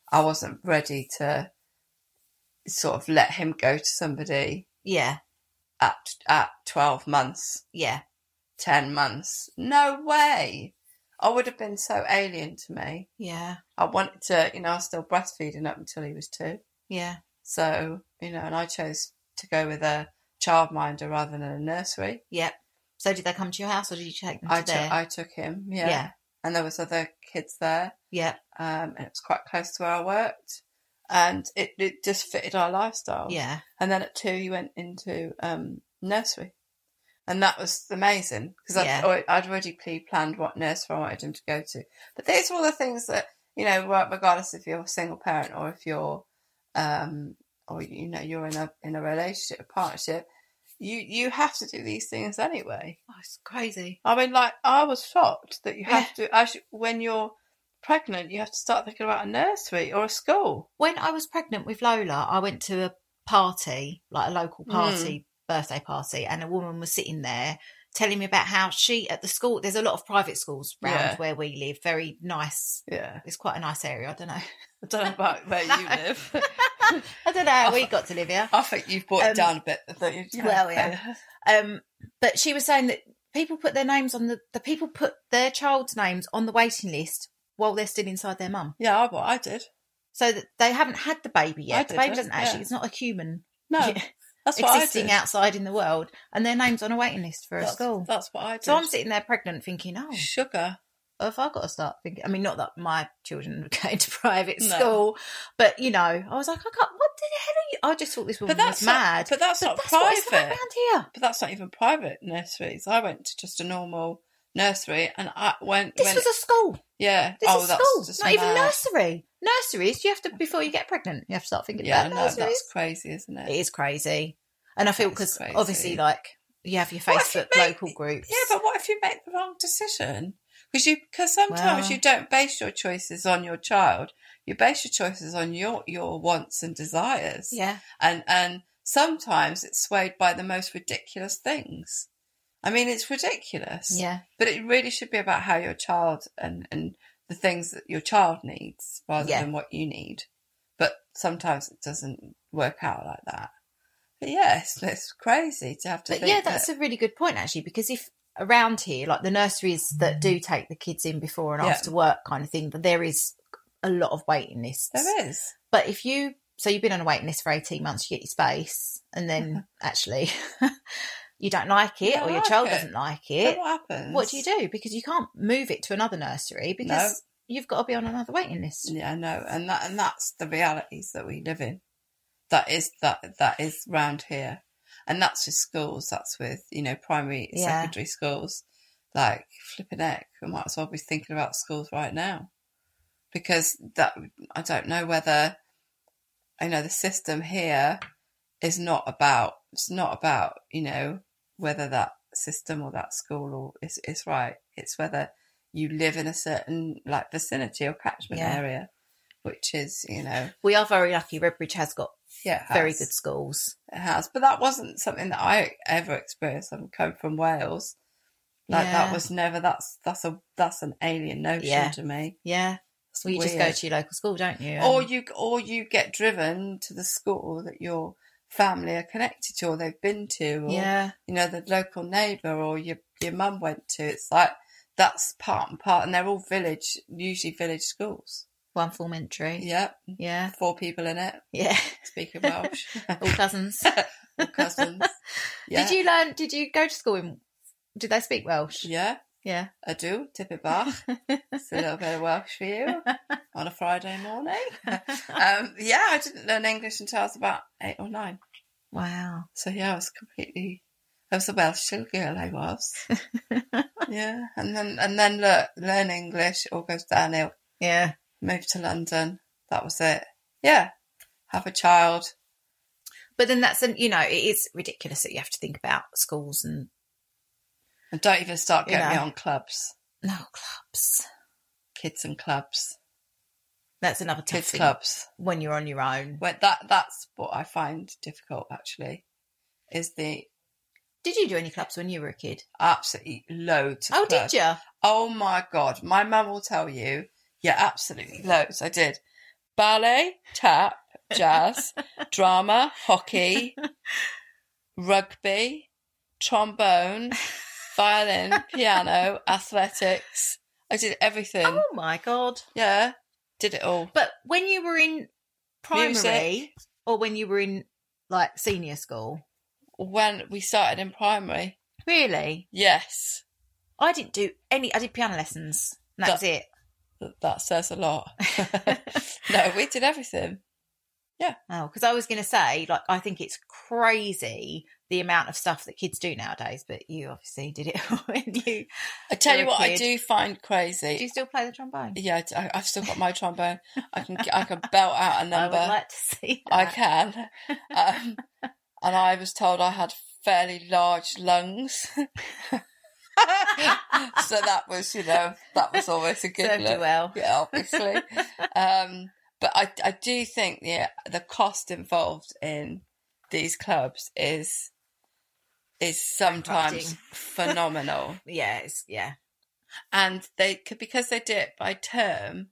Speaker 2: I wasn't ready to sort of let him go to somebody
Speaker 1: Yeah.
Speaker 2: at at twelve months,
Speaker 1: Yeah.
Speaker 2: 10 months. No way. I would have been so alien to me.
Speaker 1: Yeah.
Speaker 2: I wanted to, you know, I was still breastfeeding up until he was two.
Speaker 1: Yeah.
Speaker 2: So, you know, and I chose to go with a childminder rather than a nursery.
Speaker 1: Yep. So did they come to your house or did you take them to
Speaker 2: I, took
Speaker 1: there?
Speaker 2: I took him, yeah.
Speaker 1: Yeah.
Speaker 2: And there was other kids there,
Speaker 1: Yep.
Speaker 2: um, and it was quite close to where I worked. And it, it just fitted our lifestyle.
Speaker 1: Yeah.
Speaker 2: And then at two, he went into um, nursery. And that was amazing because
Speaker 1: Yeah.
Speaker 2: I'd, I'd already pre planned what nursery I wanted him to go to. But these are all the things that, you know, re- regardless if you're a single parent or if you're, um, or, you know, you're in a, in a relationship, a partnership, you, you have to do these things anyway.
Speaker 1: Oh, it's crazy.
Speaker 2: I mean, like, I was shocked that you have
Speaker 1: Yeah.
Speaker 2: to, as, you- when you're pregnant, you have to start thinking about a nursery or a school.
Speaker 1: When I was pregnant with Lola, I went to a party, like a local
Speaker 2: Hmm.
Speaker 1: party, birthday party, and a woman was sitting there telling me about how she at the school there's a lot of private schools round
Speaker 2: Yeah.
Speaker 1: where we live, very nice
Speaker 2: Yeah.
Speaker 1: it's quite a nice area, I don't know.
Speaker 2: I don't know about where you live.
Speaker 1: I don't know how we got to live here.
Speaker 2: I think you've brought it
Speaker 1: Um,
Speaker 2: down a bit. I thought you'd- you know,
Speaker 1: well, yeah. Um, but she was saying that people put their names on the the people put their child's names on the waiting list while they're still inside their mum,
Speaker 2: Yeah, I, well, I did.
Speaker 1: so that they haven't had the baby
Speaker 2: I
Speaker 1: yet. The
Speaker 2: didn't,
Speaker 1: baby doesn't actually;
Speaker 2: yeah.
Speaker 1: it's not a human
Speaker 2: No,
Speaker 1: Yeah.
Speaker 2: that's what I
Speaker 1: existing
Speaker 2: did.
Speaker 1: outside in the world, and their names on a waiting list for
Speaker 2: that's,
Speaker 1: a school.
Speaker 2: That's what I did.
Speaker 1: so I'm sitting there pregnant, thinking, "Oh,
Speaker 2: sugar.
Speaker 1: have I got to start thinking?" I mean, not that my children are going to private
Speaker 2: No.
Speaker 1: school, but you know, I was like, "I can't." What the hell are you? I just thought this woman
Speaker 2: But that's
Speaker 1: was
Speaker 2: not-
Speaker 1: mad.
Speaker 2: but that's not
Speaker 1: what it's like
Speaker 2: private.
Speaker 1: around here.
Speaker 2: But that's not even private nurseries. I went to just a normal nursery, and I went.
Speaker 1: This
Speaker 2: went-
Speaker 1: was a school.
Speaker 2: yeah.
Speaker 1: This
Speaker 2: oh,
Speaker 1: is
Speaker 2: that's
Speaker 1: school,
Speaker 2: just
Speaker 1: not even
Speaker 2: mad.
Speaker 1: nursery. Nurseries, you have to before you get pregnant, you have to start thinking
Speaker 2: Yeah,
Speaker 1: about
Speaker 2: no,
Speaker 1: nurseries.
Speaker 2: that's crazy, isn't it?
Speaker 1: It is crazy, and I feel
Speaker 2: That
Speaker 1: because
Speaker 2: is crazy.
Speaker 1: obviously, like you have your
Speaker 2: What if you
Speaker 1: Facebook
Speaker 2: make-
Speaker 1: local groups.
Speaker 2: Yeah, but what if you make the wrong decision? Because you, because sometimes
Speaker 1: Well-
Speaker 2: you don't base your choices on your child. You base your choices on your your wants and desires.
Speaker 1: yeah,
Speaker 2: and and sometimes it's swayed by the most ridiculous things. I mean, it's ridiculous.
Speaker 1: Yeah.
Speaker 2: But it really should be about how your child and and the things that your child needs rather
Speaker 1: Yeah.
Speaker 2: than what you need. But sometimes it doesn't work out like that. But yeah, it's, it's crazy to have to.
Speaker 1: But
Speaker 2: think
Speaker 1: yeah, that's
Speaker 2: that-
Speaker 1: a really good point actually, because if around here, like the nurseries that do take the kids in before and
Speaker 2: Yeah.
Speaker 1: after work kind of thing, but there is a lot of waiting lists.
Speaker 2: there is.
Speaker 1: But if you so you've been on a waiting list for eighteen months, you get your space, and then actually you don't like it,
Speaker 2: Mm-hmm. don't
Speaker 1: or your
Speaker 2: like
Speaker 1: child
Speaker 2: it.
Speaker 1: doesn't like
Speaker 2: Then
Speaker 1: it.
Speaker 2: what happens?
Speaker 1: What do you do? Because you can't move it to another nursery because you've got to be on another waiting list.
Speaker 2: Yeah, I know, and that and that's the realities that we live in. That is that that is round here, and that's with schools. That's with you know primary,
Speaker 1: Yeah.
Speaker 2: secondary schools. Like flipping egg, we might as well be thinking about schools right now, because that I don't know whether I know the system here is not about it's not about you know whether that system or that school or is is right. It's whether you live in a certain like vicinity or catchment
Speaker 1: Yeah.
Speaker 2: area, which is you know
Speaker 1: We are very lucky. Redbridge has got
Speaker 2: yeah it
Speaker 1: very
Speaker 2: has-
Speaker 1: good schools.
Speaker 2: it has. But that wasn't something that I ever experienced. I'm coming from Wales, like
Speaker 1: Yeah.
Speaker 2: that was never that's that's a that's an alien notion
Speaker 1: Yeah.
Speaker 2: to me.
Speaker 1: Yeah,
Speaker 2: It's
Speaker 1: well, you just go
Speaker 2: weird. Oh,
Speaker 1: to your local school, don't you?
Speaker 2: or
Speaker 1: And-
Speaker 2: you or you get driven to the school that your family are connected to or they've been to or
Speaker 1: yeah,
Speaker 2: you know the local neighbour or your your mum went to it's like that's part and part and they're all village usually village schools
Speaker 1: one form entry.
Speaker 2: yeah
Speaker 1: Yeah,
Speaker 2: four people in it
Speaker 1: yeah,
Speaker 2: speaking welsh
Speaker 1: all cousins.
Speaker 2: All cousins yeah.
Speaker 1: Did you learn? Did you go to school in? Did they speak Welsh?
Speaker 2: yeah
Speaker 1: Yeah.
Speaker 2: i do tip it back it's a little bit of welsh for you on a friday morning um yeah i didn't learn english until i was about eight or nine
Speaker 1: Wow.
Speaker 2: So yeah, I was completely. I was a Welsh little girl. I was. yeah, and then and then look, learn English. All goes downhill.
Speaker 1: Yeah.
Speaker 2: Move to London. That was it. Yeah, have a child.
Speaker 1: But then that's an you know it is ridiculous that you have to think about schools and
Speaker 2: And don't even start getting
Speaker 1: Yeah.
Speaker 2: me on clubs,
Speaker 1: no clubs.
Speaker 2: kids and clubs,
Speaker 1: That's another tough
Speaker 2: kids
Speaker 1: thing
Speaker 2: clubs.
Speaker 1: when you're on your own.
Speaker 2: Well, that that's what I find difficult actually. Is the
Speaker 1: Did you do any clubs when you were a kid?
Speaker 2: absolutely loads. Of
Speaker 1: Oh,
Speaker 2: clubs.
Speaker 1: did you?
Speaker 2: Oh my god, my mum will tell you. Yeah, absolutely loads. I did ballet, tap, jazz, drama, hockey, rugby, trombone, violin, piano, athletics. I did everything.
Speaker 1: Oh my god!
Speaker 2: Yeah, did it all.
Speaker 1: But when you were in primary
Speaker 2: Music.
Speaker 1: or when you were in like senior school,
Speaker 2: When we started in primary,
Speaker 1: really,
Speaker 2: yes,
Speaker 1: I didn't do any. I did piano lessons. And that was it.
Speaker 2: th- that says a lot. no, we did everything.
Speaker 1: Oh, because I was going to say, like, I think it's crazy the amount of stuff that kids do nowadays. But you obviously did it when you.
Speaker 2: I tell
Speaker 1: You're
Speaker 2: you
Speaker 1: a
Speaker 2: what, I
Speaker 1: kid.
Speaker 2: do find crazy.
Speaker 1: Do you still play the trombone?
Speaker 2: Yeah, I, have still got my trombone. I can I can belt out a
Speaker 1: I
Speaker 2: number.
Speaker 1: would like to see.
Speaker 2: I
Speaker 1: that.
Speaker 2: can. Um, and I was told I had fairly large lungs, so that was you know that was always a good
Speaker 1: Served you
Speaker 2: look.
Speaker 1: well.
Speaker 2: Yeah, obviously. um, but I I do think the the cost involved in these clubs is is sometimes phenomenal
Speaker 1: Yeah, it's, yeah,
Speaker 2: and they could because they do it by term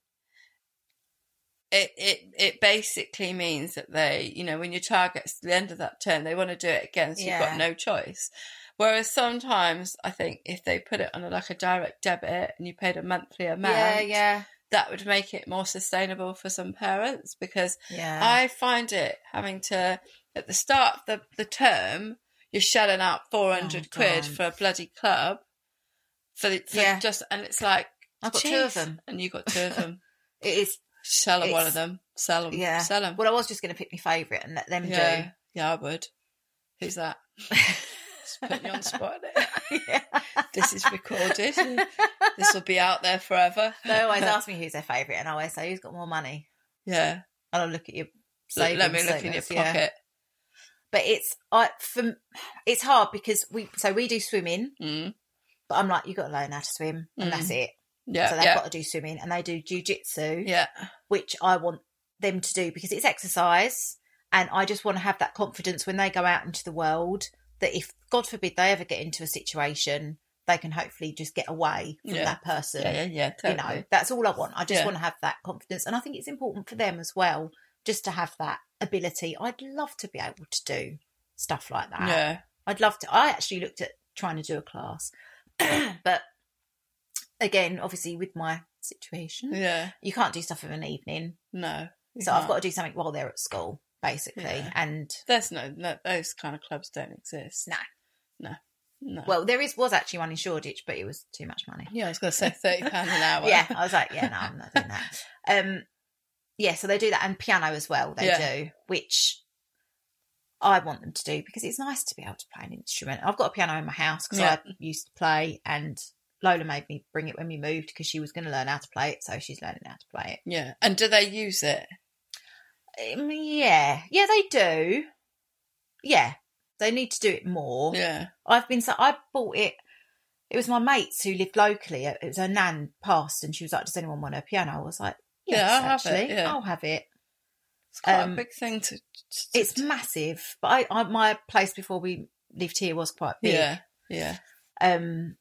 Speaker 2: it it it basically means that they you know when your child gets to the end of that term they want to do it again so you've
Speaker 1: Yeah.
Speaker 2: got no choice whereas sometimes i think if they put it on a, like a direct debit and you paid a monthly amount
Speaker 1: yeah, yeah,
Speaker 2: that would make it more sustainable for some parents because
Speaker 1: yeah.
Speaker 2: I find it having to at the start of the, the term you're shelling out four hundred
Speaker 1: Oh,
Speaker 2: quid
Speaker 1: God.
Speaker 2: for a bloody club for, the, for
Speaker 1: Yeah.
Speaker 2: just and it's like
Speaker 1: I've got two of
Speaker 2: "Jeez."
Speaker 1: them.
Speaker 2: and you got two of them
Speaker 1: it is.
Speaker 2: sell 'em one
Speaker 1: It's-
Speaker 2: of them sell them
Speaker 1: Yeah.
Speaker 2: um, sell them
Speaker 1: Well, I was just going to pick my favourite and let them
Speaker 2: yeah
Speaker 1: do.
Speaker 2: yeah I would who's that Just putting you on the spot innit? this is recorded this will be out there forever
Speaker 1: They always ask me who's their favourite, and I always say, "Who's got more money?"
Speaker 2: yeah
Speaker 1: And I'll look at your.
Speaker 2: let, let
Speaker 1: savings
Speaker 2: me look in your
Speaker 1: statements, yeah.
Speaker 2: pocket
Speaker 1: But it's I from it's hard because we so we do swimming,
Speaker 2: Mm.
Speaker 1: but I'm like, you got to learn how to swim, and
Speaker 2: Mm.
Speaker 1: that's it.
Speaker 2: yeah
Speaker 1: so they've
Speaker 2: yeah
Speaker 1: got to do swimming and they do jujitsu,
Speaker 2: yeah
Speaker 1: which I want them to do because it's exercise. And I just want to have that confidence when they go out into the world that if, God forbid, they ever get into a situation, they can hopefully just get away from
Speaker 2: Yeah.
Speaker 1: that person.
Speaker 2: yeah yeah, yeah
Speaker 1: You
Speaker 2: totally.
Speaker 1: know, that's all I want. I just
Speaker 2: Yeah.
Speaker 1: want to have that confidence. And I think it's important for them as well just to have that ability. I'd love to be able to do stuff like that.
Speaker 2: Yeah.
Speaker 1: I'd love to. I actually looked at trying to do a class, but again, obviously, with my situation,
Speaker 2: Yeah.
Speaker 1: you can't do stuff in an evening.
Speaker 2: No. you
Speaker 1: So I've
Speaker 2: can't.
Speaker 1: got to do something while they're at school, basically.
Speaker 2: Yeah.
Speaker 1: And
Speaker 2: There's no, no those kind of clubs don't exist.
Speaker 1: no,
Speaker 2: No. No.
Speaker 1: well, there is was actually one in Shoreditch, but it was too much money.
Speaker 2: yeah, I was going to say thirty pound an hour.
Speaker 1: Yeah, I was like, yeah, no, I'm not doing that. Um, yeah, so they do that and piano as well. They
Speaker 2: Yeah.
Speaker 1: do, which I want them to do because it's nice to be able to play an instrument. I've got a piano in my house because
Speaker 2: Yeah.
Speaker 1: I used to play, and Lola made me bring it when we moved because she was going to learn how to play it, so she's learning how to play it.
Speaker 2: Yeah. And do they use it?
Speaker 1: Um, yeah, yeah, they do. Yeah, they need to do it more.
Speaker 2: Yeah.
Speaker 1: I've been so I bought it. It was my mates who lived locally. It was her nan passed, and she was like, "Does anyone want a piano?" I was like, "Yes,
Speaker 2: Yeah, I'll have it,
Speaker 1: actually,
Speaker 2: yeah."
Speaker 1: I'll have it."
Speaker 2: It's quite
Speaker 1: Um,
Speaker 2: a big thing to. to-
Speaker 1: It's massive, but I, I my place before we lived here was quite big.
Speaker 2: yeah. Yeah.
Speaker 1: Um,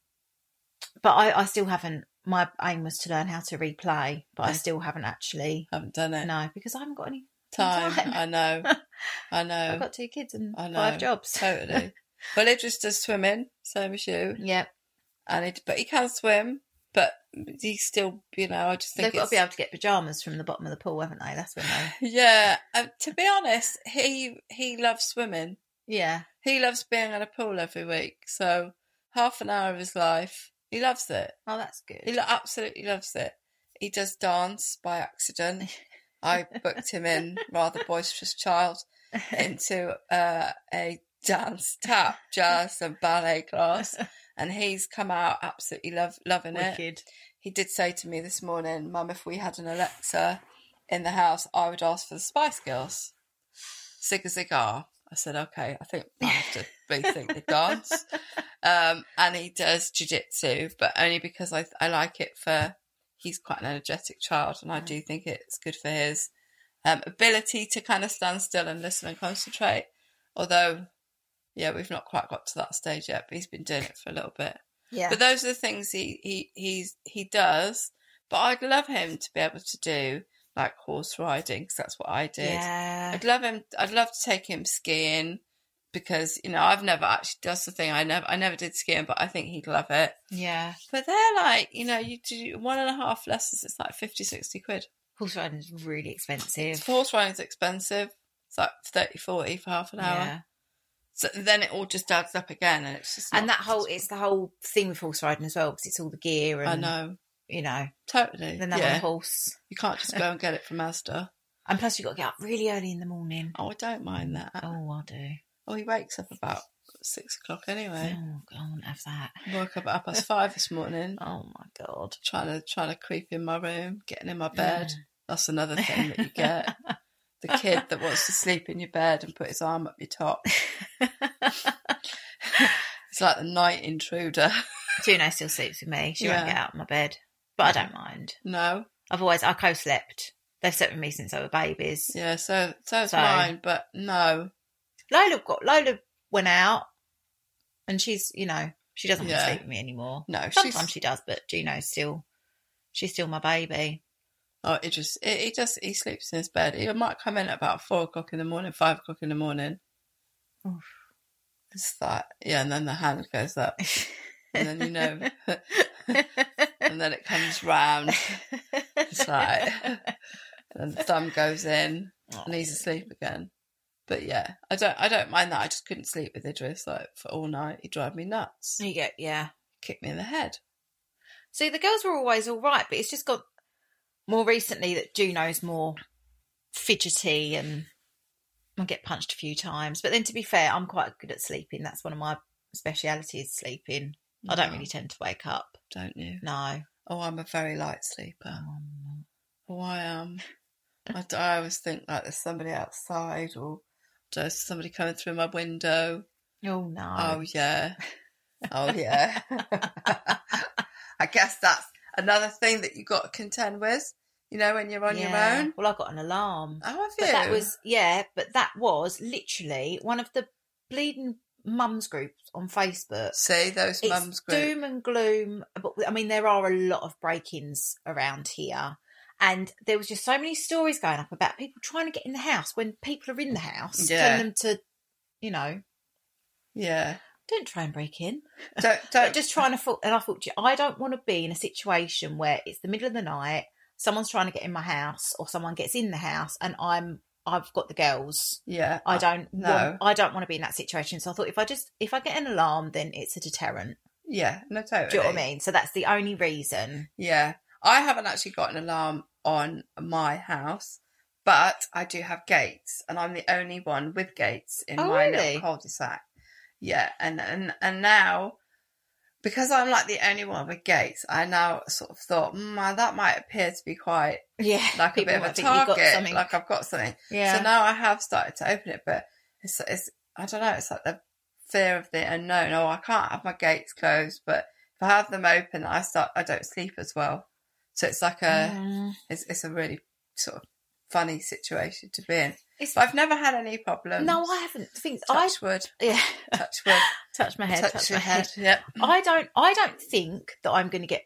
Speaker 1: but I, I still haven't. My aim was to learn how to replay, but I
Speaker 2: Yeah.
Speaker 1: still haven't actually.
Speaker 2: Haven't done it.
Speaker 1: No, because I haven't got any
Speaker 2: Time. I know. I know.
Speaker 1: I've got two kids and
Speaker 2: I know.
Speaker 1: five jobs.
Speaker 2: Totally. well, Idris does swimming, same as you,
Speaker 1: yeah,
Speaker 2: and he, but he can swim, but he still, you know, I just
Speaker 1: they've
Speaker 2: think
Speaker 1: got to
Speaker 2: it's,
Speaker 1: be able to get pajamas from the bottom of the pool, haven't they? That's when they.
Speaker 2: yeah. Um, to be honest, he he loves swimming.
Speaker 1: Yeah,
Speaker 2: He loves being at a pool every week. So half an hour of his life, he loves it.
Speaker 1: oh, that's good.
Speaker 2: He lo- absolutely loves it. He does dance by accident. I booked him in, rather boisterous child, into uh, a dance, tap, jazz, and ballet class, and he's come out absolutely love loving it.
Speaker 1: Wicked.
Speaker 2: He did say to me this morning, "Mum, if we had an Alexa in the house, I would ask for the Spice Girls." Zig a cigar. I said, okay, I think I have to rethink the dance. Um, and he does jujitsu, but only because I, I like it for, he's quite an energetic child, and I do think it's good for his um, ability to kind of stand still and listen and concentrate. Although, yeah, we've not quite got to that stage yet, but he's been doing it for a little bit.
Speaker 1: Yeah.
Speaker 2: But those are the things he, he he's he does. But I'd love him to be able to do like horse riding because that's what I did.
Speaker 1: Yeah.
Speaker 2: I'd love him. I'd love to take him skiing because you know I've never actually. That's the thing. I never. I never did skiing, but I think he'd love it.
Speaker 1: Yeah.
Speaker 2: But they're like, you know, you do one and a half lessons. It's like 50, 60 quid.
Speaker 1: Horse riding is really expensive.
Speaker 2: Horse riding's expensive. It's like 30, 40 for half an hour.
Speaker 1: Yeah.
Speaker 2: So then it all just adds up again, and it's just
Speaker 1: And
Speaker 2: not-
Speaker 1: that whole it's the whole thing with horse riding as well because it's all the gear and
Speaker 2: I know
Speaker 1: you know
Speaker 2: totally.
Speaker 1: then that
Speaker 2: yeah.
Speaker 1: on a horse
Speaker 2: You can't just go and get it from Asda.
Speaker 1: and plus you have got to get up really early in the morning.
Speaker 2: Oh, I don't mind that.
Speaker 1: Oh, I do.
Speaker 2: Oh, he wakes up about six o'clock anyway.
Speaker 1: Oh, God, I won't have that.
Speaker 2: Woke up at half past five this morning.
Speaker 1: Oh my god.
Speaker 2: trying to trying to creep in my room, getting in my bed. That's another thing that you get. the kid that wants to sleep in your bed and put his arm up your top. it's like the night intruder.
Speaker 1: Juno still sleeps with me. She won't
Speaker 2: Yeah.
Speaker 1: get out of my bed, but I don't mind.
Speaker 2: No,
Speaker 1: I've always I co-slept. They've slept with me since they were babies.
Speaker 2: yeah. So so's
Speaker 1: So-
Speaker 2: mine, but no,
Speaker 1: Lola got Lola went out, and she's you know she doesn't want
Speaker 2: Yeah.
Speaker 1: to sleep with me anymore.
Speaker 2: No, Oh, she's-
Speaker 1: sometimes she does, but Gino's still she's still my baby.
Speaker 2: oh, it just it, he just he sleeps in his bed. He might come in at about four o'clock in the morning, five o'clock in the morning.
Speaker 1: Oof.
Speaker 2: It's that, yeah, and then the hand goes up, and then you know, and then it comes round. It's like, and the thumb goes in,
Speaker 1: Oh.
Speaker 2: and he's asleep again. But yeah, I don't, I don't mind that. I just couldn't sleep with Idris like for all night. He'd drive me nuts,
Speaker 1: you get yeah.
Speaker 2: kick me in the head.
Speaker 1: See, the girls were always all right, but it's just got more recently that Juno's more fidgety and I get punched a few times. But then, to be fair, I'm quite good at sleeping. That's one of my specialities: sleeping. I don't
Speaker 2: Yeah.
Speaker 1: really tend to wake up.
Speaker 2: Don't you?
Speaker 1: No,
Speaker 2: Oh, I'm a very light sleeper. Oh, I am. I, d- I always think like there's somebody outside or there's somebody coming through my window.
Speaker 1: oh no.
Speaker 2: Oh yeah. Oh yeah. I guess that's another thing that you got to contend with. You know, when you're on
Speaker 1: Yeah.
Speaker 2: your own.
Speaker 1: Well, I got an alarm.
Speaker 2: Oh, have you?
Speaker 1: But that was yeah, but that was literally one of the bleeding mums groups on Facebook.
Speaker 2: see those
Speaker 1: It's
Speaker 2: mums group.
Speaker 1: doom and gloom, but I mean there are a lot of break-ins around here, And there was just so many stories going up about people trying to get in the house when people are in the house,
Speaker 2: Yeah.
Speaker 1: telling them to, you know,
Speaker 2: Yeah.
Speaker 1: don't try and break in.
Speaker 2: Don't
Speaker 1: But
Speaker 2: don't
Speaker 1: just trying to, fo- and I thought, "Gee, I don't want to be in a situation where it's the middle of the night, someone's trying to get in my house, or someone gets in the house, and I'm, I've got the girls.
Speaker 2: Yeah.
Speaker 1: I don't
Speaker 2: Uh, No.
Speaker 1: want- I don't want to be in that situation. So I thought, if I just, if I get an alarm, then it's a deterrent.
Speaker 2: Yeah. No. Totally.
Speaker 1: Do you know what I mean? So that's the only reason.
Speaker 2: Yeah. I haven't actually got an alarm on my house, but I do have gates, and I'm the only one with gates in
Speaker 1: Oh,
Speaker 2: my
Speaker 1: really?
Speaker 2: little cul-de-sac. Yeah, and and and now because I'm like the only one with gates, I now sort of thought, mm, that might appear to be quite
Speaker 1: Yeah,
Speaker 2: like a
Speaker 1: people
Speaker 2: bit of a
Speaker 1: might think you've got
Speaker 2: target.
Speaker 1: something.
Speaker 2: Like I've got something.
Speaker 1: Yeah.
Speaker 2: So now I have started to open it, but it's, it's I don't know. It's like the fear of the unknown. Oh, I can't have my gates closed, but if I have them open, I start. I don't sleep as well. So it's like a
Speaker 1: Mm.
Speaker 2: it's, it's a really sort of funny situation to be in.
Speaker 1: It's-
Speaker 2: But I've never had any problems.
Speaker 1: no, I haven't. The things I
Speaker 2: touch wood.
Speaker 1: yeah,
Speaker 2: Touch wood.
Speaker 1: touch my head,
Speaker 2: touch,
Speaker 1: touch,
Speaker 2: your
Speaker 1: my head.
Speaker 2: head. Yep.
Speaker 1: I don't, I don't think that I'm going to get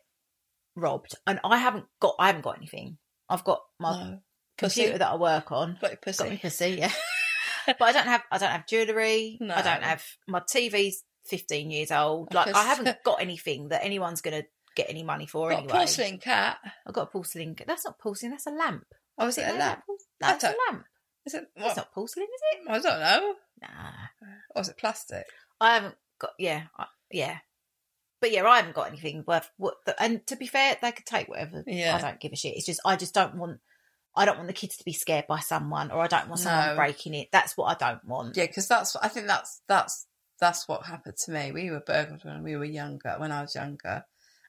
Speaker 1: robbed, and I haven't got, I haven't got anything. I've got my
Speaker 2: No.
Speaker 1: computer
Speaker 2: Pussy.
Speaker 1: that I work on.
Speaker 2: Got your
Speaker 1: Got my
Speaker 2: pussy.
Speaker 1: pussy, yeah. but I don't have, I don't have jewellery.
Speaker 2: No.
Speaker 1: I don't have my TV's fifteen years old.
Speaker 2: Like
Speaker 1: Like
Speaker 2: a-
Speaker 1: I haven't got anything that anyone's going to get any money for
Speaker 2: Got a
Speaker 1: anyway.
Speaker 2: porcelain cat.
Speaker 1: I've got a porcelain. That's not porcelain. That's a lamp.
Speaker 2: Oh, is it a
Speaker 1: No,
Speaker 2: lamp? I
Speaker 1: That's a
Speaker 2: don't-
Speaker 1: lamp.
Speaker 2: Is it? What?
Speaker 1: That's not porcelain, is it?
Speaker 2: I don't know.
Speaker 1: Nah.
Speaker 2: Or is it plastic?
Speaker 1: I haven't got yeah I, yeah, but yeah, I haven't got anything worth what. The, and to be fair, they could take whatever.
Speaker 2: Yeah.
Speaker 1: I don't give a shit. It's just I just don't want. I don't want the kids to be scared by someone, or I don't want someone
Speaker 2: No.
Speaker 1: breaking it. That's what I don't want.
Speaker 2: Yeah, because that's I think that's that's that's what happened to me. We were burgled when we were younger, when I was younger,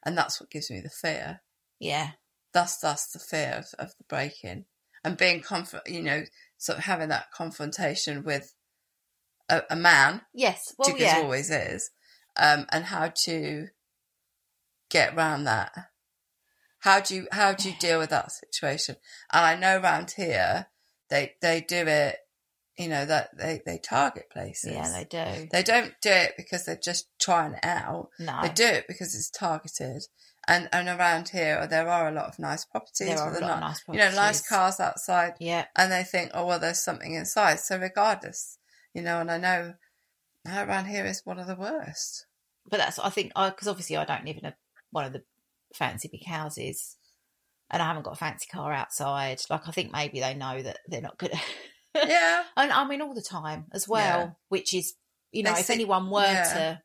Speaker 2: and that's what gives me the fear.
Speaker 1: Yeah,
Speaker 2: That's that's the fear of, of the breaking and being confront. You know, sort of having that confrontation with a, a man,
Speaker 1: yes. Well,
Speaker 2: Dickens
Speaker 1: yeah.
Speaker 2: always is, um, and how to get round that. How do you how do you deal with that situation? And I know round here they they do it. You know that they they target places.
Speaker 1: Yeah, they do.
Speaker 2: They don't do it because they're just trying it out.
Speaker 1: No.
Speaker 2: They do it because it's targeted. And and around here, there are a lot of nice properties.
Speaker 1: There are
Speaker 2: with
Speaker 1: a lot of nice
Speaker 2: You know, nice
Speaker 1: properties.
Speaker 2: cars outside.
Speaker 1: Yeah.
Speaker 2: And they think, oh, well, there's something inside. So regardless, you know, and I know around here is one of the worst.
Speaker 1: But that's I think because obviously I don't live in a, one of the fancy big houses, and I haven't got a fancy car outside. Like I think maybe they know that they're not good.
Speaker 2: Yeah.
Speaker 1: and I mean all the time as well,
Speaker 2: Yeah.
Speaker 1: which is you know
Speaker 2: They
Speaker 1: if
Speaker 2: see-
Speaker 1: anyone were
Speaker 2: yeah.
Speaker 1: to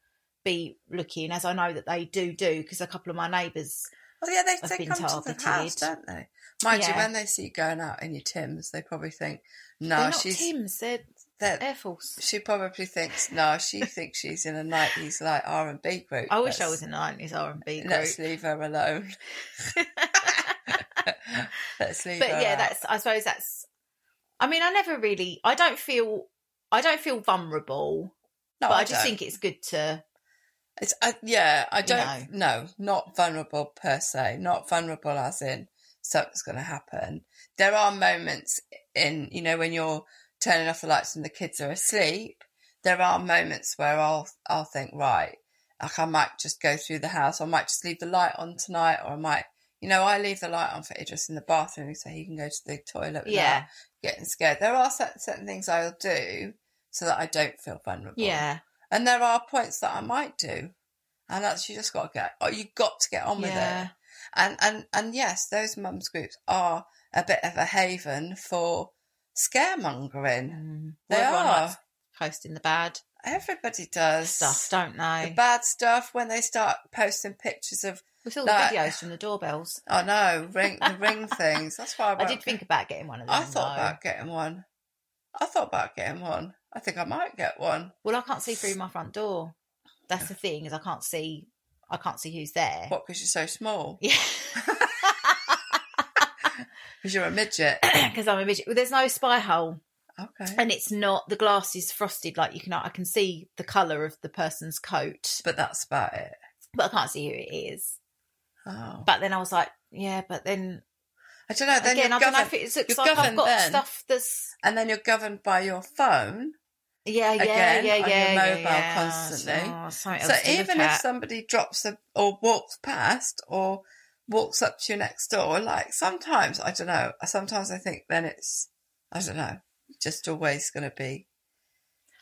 Speaker 1: be looking, as I know that they do do, because a couple of my neighbours,
Speaker 2: Well, yeah,
Speaker 1: I've
Speaker 2: they, they
Speaker 1: been
Speaker 2: come to the
Speaker 1: targeted.
Speaker 2: house, don't they? Mind you,
Speaker 1: Yeah.
Speaker 2: when they see you going out in your Tims, they probably think, no,
Speaker 1: they're not
Speaker 2: she's.
Speaker 1: Tim's, they're
Speaker 2: they're-
Speaker 1: Air Force.
Speaker 2: she probably thinks no. She thinks she's in a nineties like R and B group.
Speaker 1: I wish I
Speaker 2: That's-
Speaker 1: was in the nineties R and B group,
Speaker 2: Let's leave her alone. Let's leave
Speaker 1: but
Speaker 2: her
Speaker 1: yeah,
Speaker 2: out.
Speaker 1: that's I suppose that's. I mean, I never really. I don't feel. I don't feel vulnerable,
Speaker 2: No,
Speaker 1: but I, just
Speaker 2: don't.
Speaker 1: think it's good to.
Speaker 2: it's uh, yeah. I don't. No. not vulnerable per se. Not vulnerable as in something's going to happen. There are moments in you know when you're turning off the lights and the kids are asleep. There are moments where I'll I'll think right, like I might just go through the house. Or I might just leave the light on tonight, or I might. You know, I leave the light on for Idris in the bathroom so he can go to the toilet. without
Speaker 1: Yeah.
Speaker 2: getting scared. There are certain, certain things I'll do so that I don't feel vulnerable.
Speaker 1: Yeah,
Speaker 2: And there are points that I might do. And that's you just got to get or you got to get on with
Speaker 1: Yeah.
Speaker 2: it. And and and yes, those mums groups are a bit of a haven for scaremongering.
Speaker 1: Mm.
Speaker 2: They
Speaker 1: Everyone
Speaker 2: are.
Speaker 1: likes posting the bad
Speaker 2: Everybody does
Speaker 1: stuff, eh? don't
Speaker 2: The
Speaker 1: they?
Speaker 2: bad stuff when they start posting pictures of
Speaker 1: We saw
Speaker 2: like-
Speaker 1: the videos from the doorbells.
Speaker 2: oh no, ring the ring things. That's why I,
Speaker 1: I
Speaker 2: won't
Speaker 1: did
Speaker 2: get-
Speaker 1: think about getting one of them.
Speaker 2: I thought
Speaker 1: though.
Speaker 2: about getting one. I thought about getting one. I think I might get one.
Speaker 1: Well, I can't see through my front door. That's the thing is I can't see. I can't see who's there.
Speaker 2: What? Because you're so small.
Speaker 1: Yeah,
Speaker 2: Because you're a midget.
Speaker 1: because I'm a midget. Well, there's no spy hole,
Speaker 2: Okay.
Speaker 1: and it's not the glass is frosted. Like you can, I can see the color of the person's coat,
Speaker 2: but that's about it.
Speaker 1: but I can't see who it is.
Speaker 2: Oh.
Speaker 1: But then I was like, yeah, but then,
Speaker 2: I don't know. Then
Speaker 1: again,
Speaker 2: you're
Speaker 1: I don't know if
Speaker 2: governed-
Speaker 1: it looks
Speaker 2: you're
Speaker 1: like I've
Speaker 2: governed
Speaker 1: got
Speaker 2: then,
Speaker 1: stuff that's
Speaker 2: and then you're governed by your phone
Speaker 1: yeah, yeah,
Speaker 2: again
Speaker 1: yeah, yeah,
Speaker 2: on
Speaker 1: yeah,
Speaker 2: your mobile
Speaker 1: yeah.
Speaker 2: constantly.
Speaker 1: Oh, something
Speaker 2: so
Speaker 1: else to look
Speaker 2: even if
Speaker 1: at.
Speaker 2: somebody drops a, or walks past or walks up to you next door. Like sometimes, I don't know. Sometimes I think then it's, I don't know, just always going to be.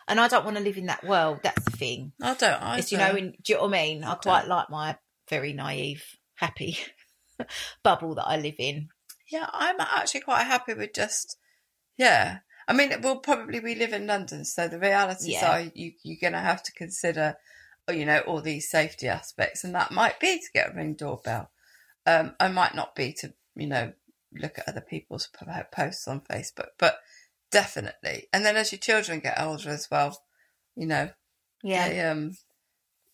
Speaker 1: And I don't want to live in that world. That's the thing.
Speaker 2: I don't. I
Speaker 1: It's, you know, in, do you know what I mean? I, quite like my very naive, happy bubble that I live in.
Speaker 2: yeah, I'm actually quite happy with just, yeah. I mean, we'll probably we live in London, so the realities
Speaker 1: Yeah.
Speaker 2: are you you're going to have to consider, oh, you know, all these safety aspects, and that might be to get a ring doorbell. Um, I might not be to you know look at other people's p- posts on Facebook, but definitely. And then as your children get older as well, you know, they, um,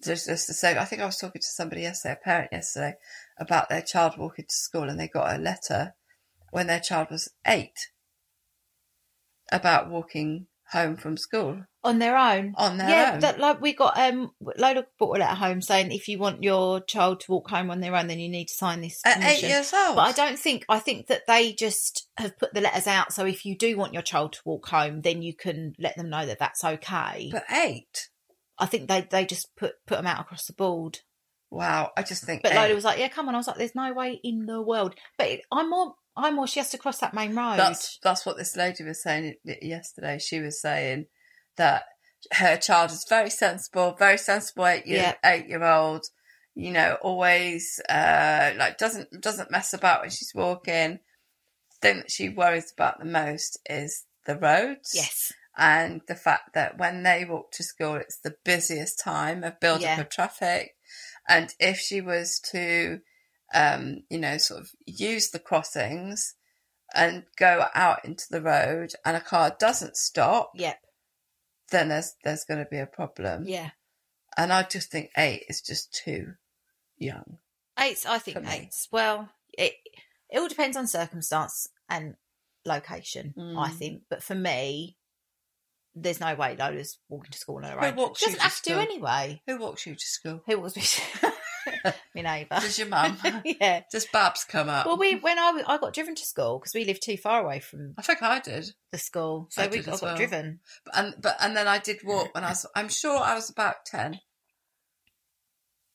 Speaker 2: just, just the same. I think I was talking to somebody yesterday, a parent yesterday, about their child walking to school, and they got a letter when their child was eight about walking home from school.
Speaker 1: On their own.
Speaker 2: On their
Speaker 1: yeah,
Speaker 2: own.
Speaker 1: that- like we got um Lola bought a letter home saying if you want your child to walk home on their own, then you need to sign this.
Speaker 2: At eight
Speaker 1: permission.
Speaker 2: years old?
Speaker 1: But I don't think I think that they just have put the letters out. So if you do want your child to walk home, then you can let them know that that's okay.
Speaker 2: But eight?
Speaker 1: I think they they just put put them out across the board.
Speaker 2: Wow, I just think.
Speaker 1: But
Speaker 2: eight.
Speaker 1: Lola was like, "Yeah, come on." I was like, "There's no way in the world." But it, I'm more I'm more. She has to cross that main road.
Speaker 2: That's that's what this lady was saying y- yesterday. She was saying that her child is very sensible, very sensible eight year
Speaker 1: Yeah.
Speaker 2: eight year old. You know, always uh, like doesn't doesn't mess about when she's walking. Thing that she worries about the most is the roads.
Speaker 1: yes,
Speaker 2: And the fact that when they walk to school, it's the busiest time of build up
Speaker 1: Yeah.
Speaker 2: of traffic. And if she was to, um, you know, sort of use the crossings and go out into the road and a car doesn't stop,
Speaker 1: yep,
Speaker 2: then there's there's going to be a problem.
Speaker 1: yeah.
Speaker 2: And I just think eight is just too young.
Speaker 1: Eights, I think
Speaker 2: For me.
Speaker 1: eights. Well, it it all depends on circumstance and location. I think, but for me, there's no way Lola's walking to school on her
Speaker 2: Who
Speaker 1: own.
Speaker 2: walks
Speaker 1: She
Speaker 2: you
Speaker 1: doesn't
Speaker 2: to
Speaker 1: have to
Speaker 2: school?
Speaker 1: anyway.
Speaker 2: Who walks you to school?
Speaker 1: Who was my neighbour?
Speaker 2: Does your mum? Uh, mm.
Speaker 1: yeah.
Speaker 2: Does Babs come up?
Speaker 1: Well, we when I w- I got driven to school because we lived too far away from
Speaker 2: I think I did.
Speaker 1: the school, so
Speaker 2: I
Speaker 1: we I
Speaker 2: did
Speaker 1: got
Speaker 2: as well.
Speaker 1: driven.
Speaker 2: and but and then I did walk when I was. I'm sure I was about ten.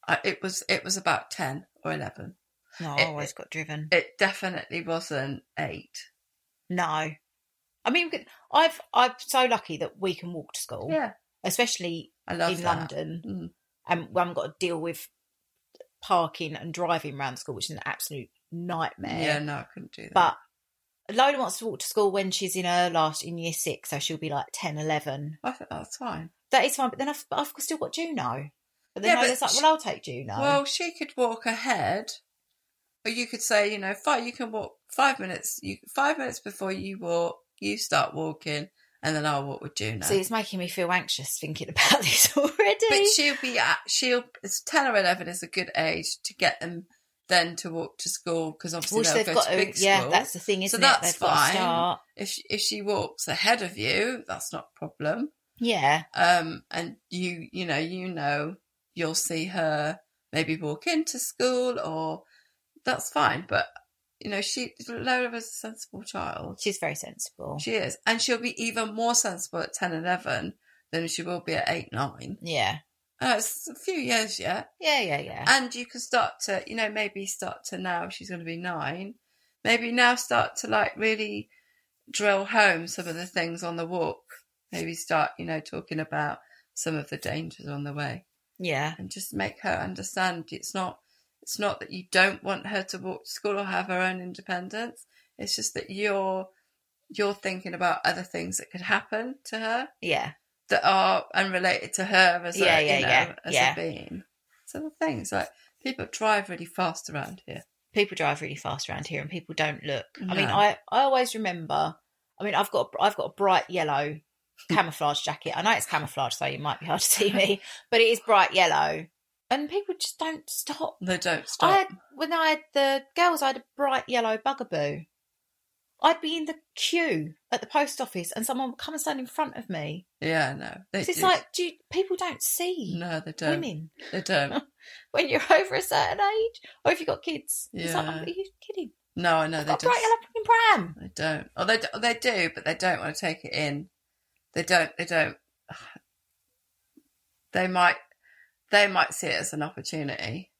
Speaker 2: I, it was it was about ten or eleven.
Speaker 1: No, I
Speaker 2: It-
Speaker 1: always got driven.
Speaker 2: It definitely wasn't eight.
Speaker 1: No, I mean, we could- I've I'm so lucky that we can walk to school,
Speaker 2: Yeah,
Speaker 1: especially
Speaker 2: I love
Speaker 1: Oh. in
Speaker 2: that.
Speaker 1: London,
Speaker 2: Mm.
Speaker 1: and we haven't got to deal with parking and driving around school, which is an absolute nightmare.
Speaker 2: Yeah, no, I couldn't do that.
Speaker 1: But Lola wants to walk to school when she's in her last in year six, so she'll be like 10, 11.
Speaker 2: I think that's fine.
Speaker 1: That is fine, but then I've, but I've still got Juno. But then
Speaker 2: Yeah, but
Speaker 1: Lola's like,
Speaker 2: she-
Speaker 1: well, I'll take Juno.
Speaker 2: Well, she could walk ahead, or you could say, you know, five. You can walk five minutes. You five minutes before you walk, you start walking, and then I'll walk with Juno.
Speaker 1: See, it's making me feel anxious thinking about this already.
Speaker 2: But she'll be at she'll it's ten or eleven is a good age to get them then to walk to school because obviously
Speaker 1: Well, so
Speaker 2: they'll
Speaker 1: they've
Speaker 2: go
Speaker 1: got
Speaker 2: to
Speaker 1: to-
Speaker 2: big
Speaker 1: yeah,
Speaker 2: school.
Speaker 1: that's the thing,
Speaker 2: so
Speaker 1: isn't it?
Speaker 2: that's
Speaker 1: They've got to
Speaker 2: fine.
Speaker 1: start.
Speaker 2: If she, if she walks ahead of you, that's not a problem.
Speaker 1: yeah,
Speaker 2: Um, and you you know you know you'll see her maybe walk into school or that's fine. But you know she Lola is a sensible child.
Speaker 1: she's very sensible.
Speaker 2: She is, and she'll be even more sensible at 10, 11 than she will be at eight, nine.
Speaker 1: yeah,
Speaker 2: Uh, it's a few years yet.
Speaker 1: yeah, yeah, yeah.
Speaker 2: And you can start to, you know, maybe start to now, she's going to be nine, maybe now start to like really drill home some of the things on the walk. Maybe start, you know, talking about some of the dangers on the way
Speaker 1: yeah,
Speaker 2: and just make her understand it's not, it's not that you don't want her to walk to school or have her own independence. It's just that you're, you're thinking about other things that could happen to her
Speaker 1: yeah.
Speaker 2: that are unrelated to her as
Speaker 1: Yeah,
Speaker 2: a,
Speaker 1: yeah,
Speaker 2: you know,
Speaker 1: yeah,
Speaker 2: as
Speaker 1: yeah.
Speaker 2: a being. So the things like people drive really fast around here.
Speaker 1: People drive really fast around here, and people don't look. I mean,
Speaker 2: No.
Speaker 1: I I always remember. I mean, I've got I've got a bright yellow camouflage jacket. I know it's camouflage, so you might be hard to see me, but it is bright yellow, and people just don't stop.
Speaker 2: They don't
Speaker 1: I
Speaker 2: stop.
Speaker 1: had when I had the girls, I had a bright yellow bugaboo. I'd be in the queue at the post office, and someone would come and stand in front of me.
Speaker 2: yeah, no, they
Speaker 1: 'Cause it's
Speaker 2: do.
Speaker 1: like, do you, people don't see
Speaker 2: no, they don't.
Speaker 1: women
Speaker 2: They don't.
Speaker 1: when you're over a certain age, or if you've got kids. It's like,
Speaker 2: Yeah.
Speaker 1: are you kidding?
Speaker 2: No, I know
Speaker 1: I've
Speaker 2: they
Speaker 1: got a bright
Speaker 2: just.
Speaker 1: yellow fucking pram.
Speaker 2: They don't. Or they d- they do, but they don't want to take it in. They don't. They don't. They might. They might see it as an opportunity.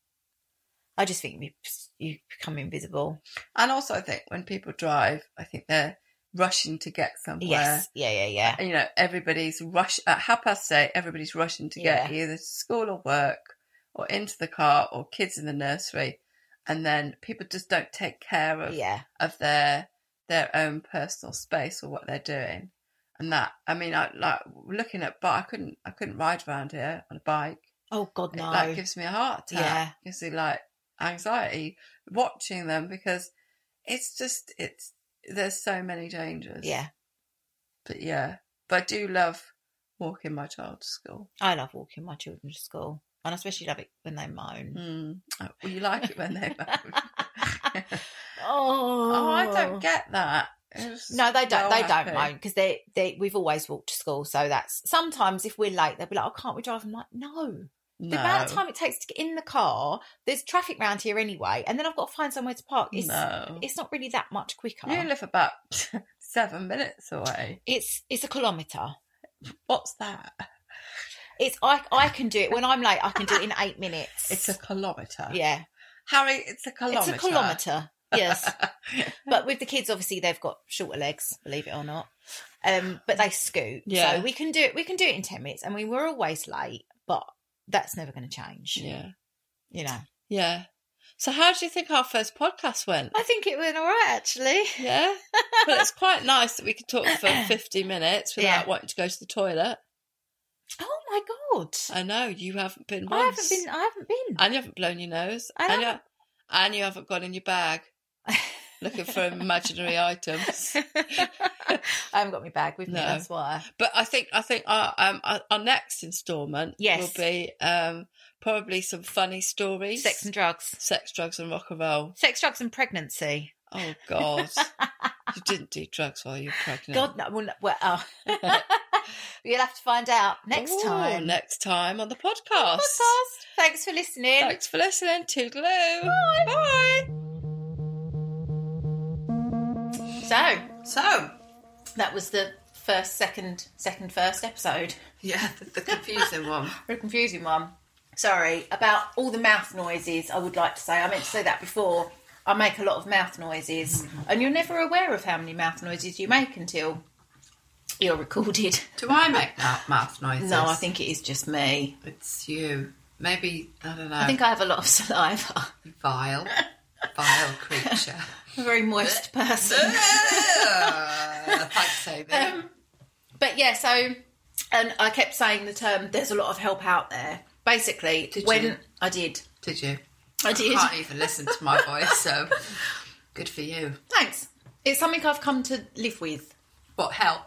Speaker 1: I just think you, you become invisible.
Speaker 2: And also, I think when people drive, I think they're rushing to get somewhere.
Speaker 1: Yes. Yeah, yeah, yeah.
Speaker 2: You know, everybody's rush at half past eight. Everybody's rushing to get either to school or work, or into the car, or kids in the nursery, and then people just don't take care of
Speaker 1: Yeah.
Speaker 2: of their their own personal space or what they're doing. And that, I mean, I like looking at, but I couldn't, I couldn't ride around here on a bike.
Speaker 1: Oh God,
Speaker 2: It
Speaker 1: no.
Speaker 2: like gives me a heart attack.
Speaker 1: Yeah.
Speaker 2: Gives me like anxiety watching them because it's just it's there's so many dangers.
Speaker 1: yeah,
Speaker 2: But yeah. But I do love walking my child to school.
Speaker 1: I love walking my children to school, and I especially love it when they moan.
Speaker 2: Mm. Oh, well, you like it when they moan.
Speaker 1: Oh,
Speaker 2: oh, I don't get that. It's
Speaker 1: No, they don't. they
Speaker 2: so
Speaker 1: don't
Speaker 2: happy.
Speaker 1: moan because they they we've always walked to school, so that's sometimes if we're late, they'll be like, "Oh, can't we drive?" I'm like, "No." The amount of
Speaker 2: No.
Speaker 1: time it takes to get in the car, there's traffic round here anyway, and then I've got to find somewhere to park. It's
Speaker 2: No.
Speaker 1: it's not really that much quicker.
Speaker 2: You live about seven minutes away.
Speaker 1: It's it's a kilometre.
Speaker 2: What's that?
Speaker 1: It's I I can do it when I'm late. I can do it in eight minutes.
Speaker 2: It's a kilometre.
Speaker 1: yeah.
Speaker 2: Harry, it's a kilometre.
Speaker 1: It's a kilometre. Yes. but with the kids, obviously, they've got shorter legs, believe it or not. Um, but they scoot.
Speaker 2: Yeah.
Speaker 1: So we can do it. We can do it in ten minutes. I mean, we're always late, but that's never going to change.
Speaker 2: Yeah.
Speaker 1: You know.
Speaker 2: Yeah. So how do you think our first podcast went?
Speaker 1: I think it went all right, actually.
Speaker 2: Yeah. well, it's quite nice that we could talk for 50 minutes without
Speaker 1: Yeah.
Speaker 2: wanting to go to the toilet.
Speaker 1: Oh my god!
Speaker 2: I know you haven't been
Speaker 1: I
Speaker 2: once.
Speaker 1: haven't been. I haven't been.
Speaker 2: And you haven't blown your nose.
Speaker 1: I
Speaker 2: and, you,
Speaker 1: haven't.
Speaker 2: and you haven't gone in your bag looking for imaginary items.
Speaker 1: I haven't got my bag with me.
Speaker 2: No.
Speaker 1: That's why.
Speaker 2: But I think I think our um, our, our next instalment
Speaker 1: Yes.
Speaker 2: will be um, probably some funny stories,
Speaker 1: Sex and drugs.
Speaker 2: sex, drugs, and rock and roll.
Speaker 1: Sex, drugs, and pregnancy.
Speaker 2: Oh God, you didn't do drugs while you were pregnant.
Speaker 1: God, no. Well, no, well oh. you'll have to find out next
Speaker 2: Ooh,
Speaker 1: time.
Speaker 2: Next time on the podcast.
Speaker 1: Podcast. Thanks for listening.
Speaker 2: Thanks for listening. Toodaloo. Bye. Bye.
Speaker 1: So.
Speaker 4: So,
Speaker 1: That was the first, second, second, first episode.
Speaker 4: yeah, the, the confusing one.
Speaker 1: Very confusing one. Sorry about all the mouth noises. I would like to say I meant to say that before. I make a lot of mouth noises, and you're never aware of how many mouth noises you make until you're recorded.
Speaker 4: Do I make that mouth noises?
Speaker 1: No, I think it is just me.
Speaker 4: it's you. Maybe I don't know.
Speaker 1: I think I have a lot of saliva.
Speaker 4: vile, vile creature.
Speaker 1: I'm a very moist person.
Speaker 4: Uh, Thanks, Amy.
Speaker 1: Um, But yeah, so and I kept saying the term. There's a lot of help out there. Basically,
Speaker 4: Did
Speaker 1: when
Speaker 4: you?
Speaker 1: I did,
Speaker 4: Did you?
Speaker 1: I did.
Speaker 4: Can't even listen to my voice. So good for you.
Speaker 1: Thanks. It's something I've come to live with.
Speaker 4: What help?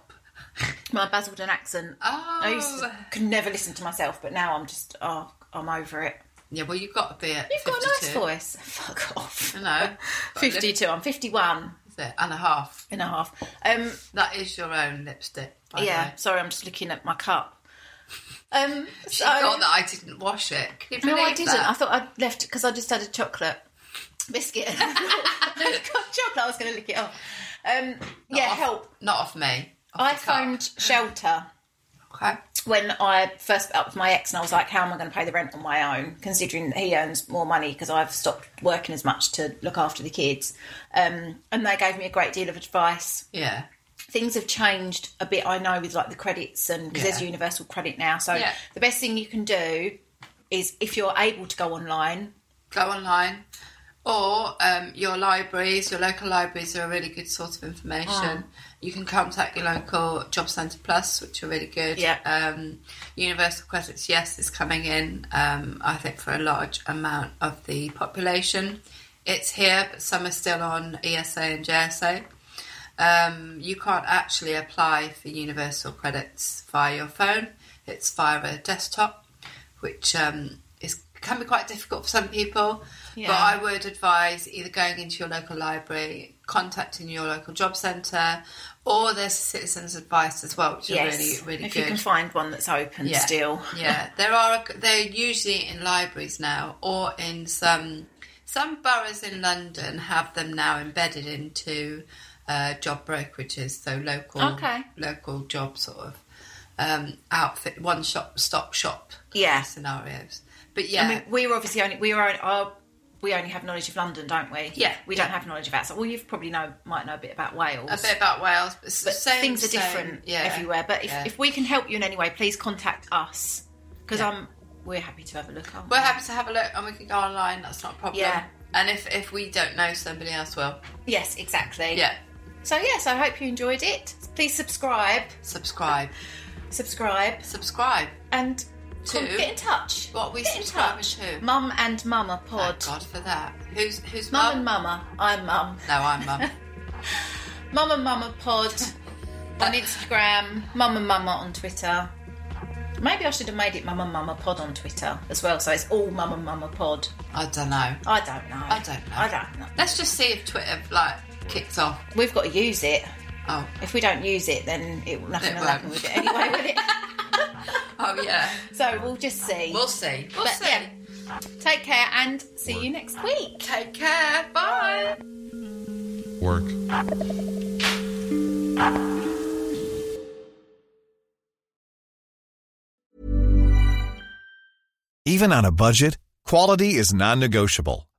Speaker 1: my Basildon accent. I used to,
Speaker 4: Oh,
Speaker 1: could never listen to myself, but now I'm just oh, I'm over it.
Speaker 4: yeah. Well, you've got to be at.
Speaker 1: You've got a nice
Speaker 4: 52,
Speaker 1: voice. Fuck off.
Speaker 4: I know. Got lip-
Speaker 1: 52. I'm 51
Speaker 4: is it? and a half.
Speaker 1: and a half. Um,
Speaker 4: That is your own lipstick. By
Speaker 1: yeah.
Speaker 4: The way.
Speaker 1: Sorry, I'm just looking at my cup. Um,
Speaker 4: She
Speaker 1: so,
Speaker 4: thought that I didn't wash it. Can you
Speaker 1: no, I
Speaker 4: believe
Speaker 1: didn't.
Speaker 4: that?
Speaker 1: I thought I'd left because I just had a chocolate biscuit. I got chocolate. I was going to lick it off. Um, yeah,
Speaker 4: Off-
Speaker 1: help.
Speaker 4: Not off me.
Speaker 1: I
Speaker 4: Off the cup.
Speaker 1: phoned shelter.
Speaker 4: Okay.
Speaker 1: when I first met up with my ex, and I was like, "How am I going to pay the rent on my own?" Considering that he earns more money because I've stopped working as much to look after the kids, um, and they gave me a great deal of advice.
Speaker 4: Yeah.
Speaker 1: Things have changed a bit, I know, with like the credits and because there's
Speaker 4: Yeah.
Speaker 1: universal credit now. So
Speaker 4: Yeah.
Speaker 1: the best thing you can do is if you're able to go online.
Speaker 4: go online or um, your libraries your local libraries are a really good source of information you can contact your local job centre plus which are really good
Speaker 1: Yeah.
Speaker 4: um, universal credits yes is coming in um, i think for a large amount of the population it's here but some are still on esa and jsa um, you can't actually apply for universal credits via your phone it's via a desktop which um, is can be quite difficult for some people. But
Speaker 1: Yeah.
Speaker 4: I would advise either going into your local library, contacting your local job centre, or there's citizens' advice as well, which
Speaker 1: Yes,
Speaker 4: are really really
Speaker 1: if
Speaker 4: good.
Speaker 1: you can find one that's open
Speaker 4: yeah.
Speaker 1: still.
Speaker 4: yeah, there are. They're usually in libraries now, or in some some boroughs in London have them now embedded into uh, job brokerages, so local
Speaker 1: Okay.
Speaker 4: local job sort of um, outfit, one shop stop shop
Speaker 1: Yeah.
Speaker 4: scenarios. But yeah,
Speaker 1: I mean, we were obviously only we were our we only have knowledge of London, don't we?
Speaker 2: Yeah.
Speaker 1: we don't have knowledge of outside. Well, you probably know might know a bit about Wales.
Speaker 2: A bit about Wales, but, s-
Speaker 1: but
Speaker 2: same-
Speaker 1: things are
Speaker 2: same,
Speaker 1: different
Speaker 2: yeah,
Speaker 1: everywhere. But if,
Speaker 2: yeah.
Speaker 1: if we can help you in any way, please contact us because I'm we're happy to have a look. Aren't
Speaker 2: we're
Speaker 1: we?
Speaker 2: happy to have a look, and we can go online. That's not a problem.
Speaker 1: Yeah.
Speaker 2: And if if we don't know, somebody else will.
Speaker 1: Yes, exactly.
Speaker 2: Yeah.
Speaker 1: So yes, I hope you enjoyed it. Please subscribe,
Speaker 2: Subscribe.
Speaker 1: subscribe,
Speaker 2: Subscribe.
Speaker 1: and
Speaker 2: To-
Speaker 1: con- get in touch.
Speaker 2: What we
Speaker 1: get in
Speaker 2: subscribe
Speaker 1: touch.
Speaker 2: to.
Speaker 1: Mum and Mama Pod.
Speaker 2: Thank God for that. Who's who's
Speaker 1: Mum and Mama. I'm Mum.
Speaker 2: No, I'm mum.
Speaker 1: Mum and Mama Pod on Instagram. Mum and Mama on Twitter. Maybe I should have made it Mum and Mama Pod on Twitter as well, so it's all Mum and Mama Pod.
Speaker 2: I don't know.
Speaker 1: I don't know.
Speaker 2: I don't know.
Speaker 1: I don't know.
Speaker 2: Let's just see if Twitter like kicks off.
Speaker 1: We've got to use it.
Speaker 2: Oh,
Speaker 1: If we don't use it, then it, nothing
Speaker 2: It
Speaker 1: will happen
Speaker 2: won't.
Speaker 1: with it anyway, will it?
Speaker 2: oh yeah.
Speaker 1: So we'll just see.
Speaker 2: We'll see. We'll
Speaker 1: But,
Speaker 2: see.
Speaker 1: yeah. Take care and see you next week.
Speaker 2: Take care. Bye.
Speaker 5: Work.
Speaker 6: Even on a budget, quality is non-negotiable.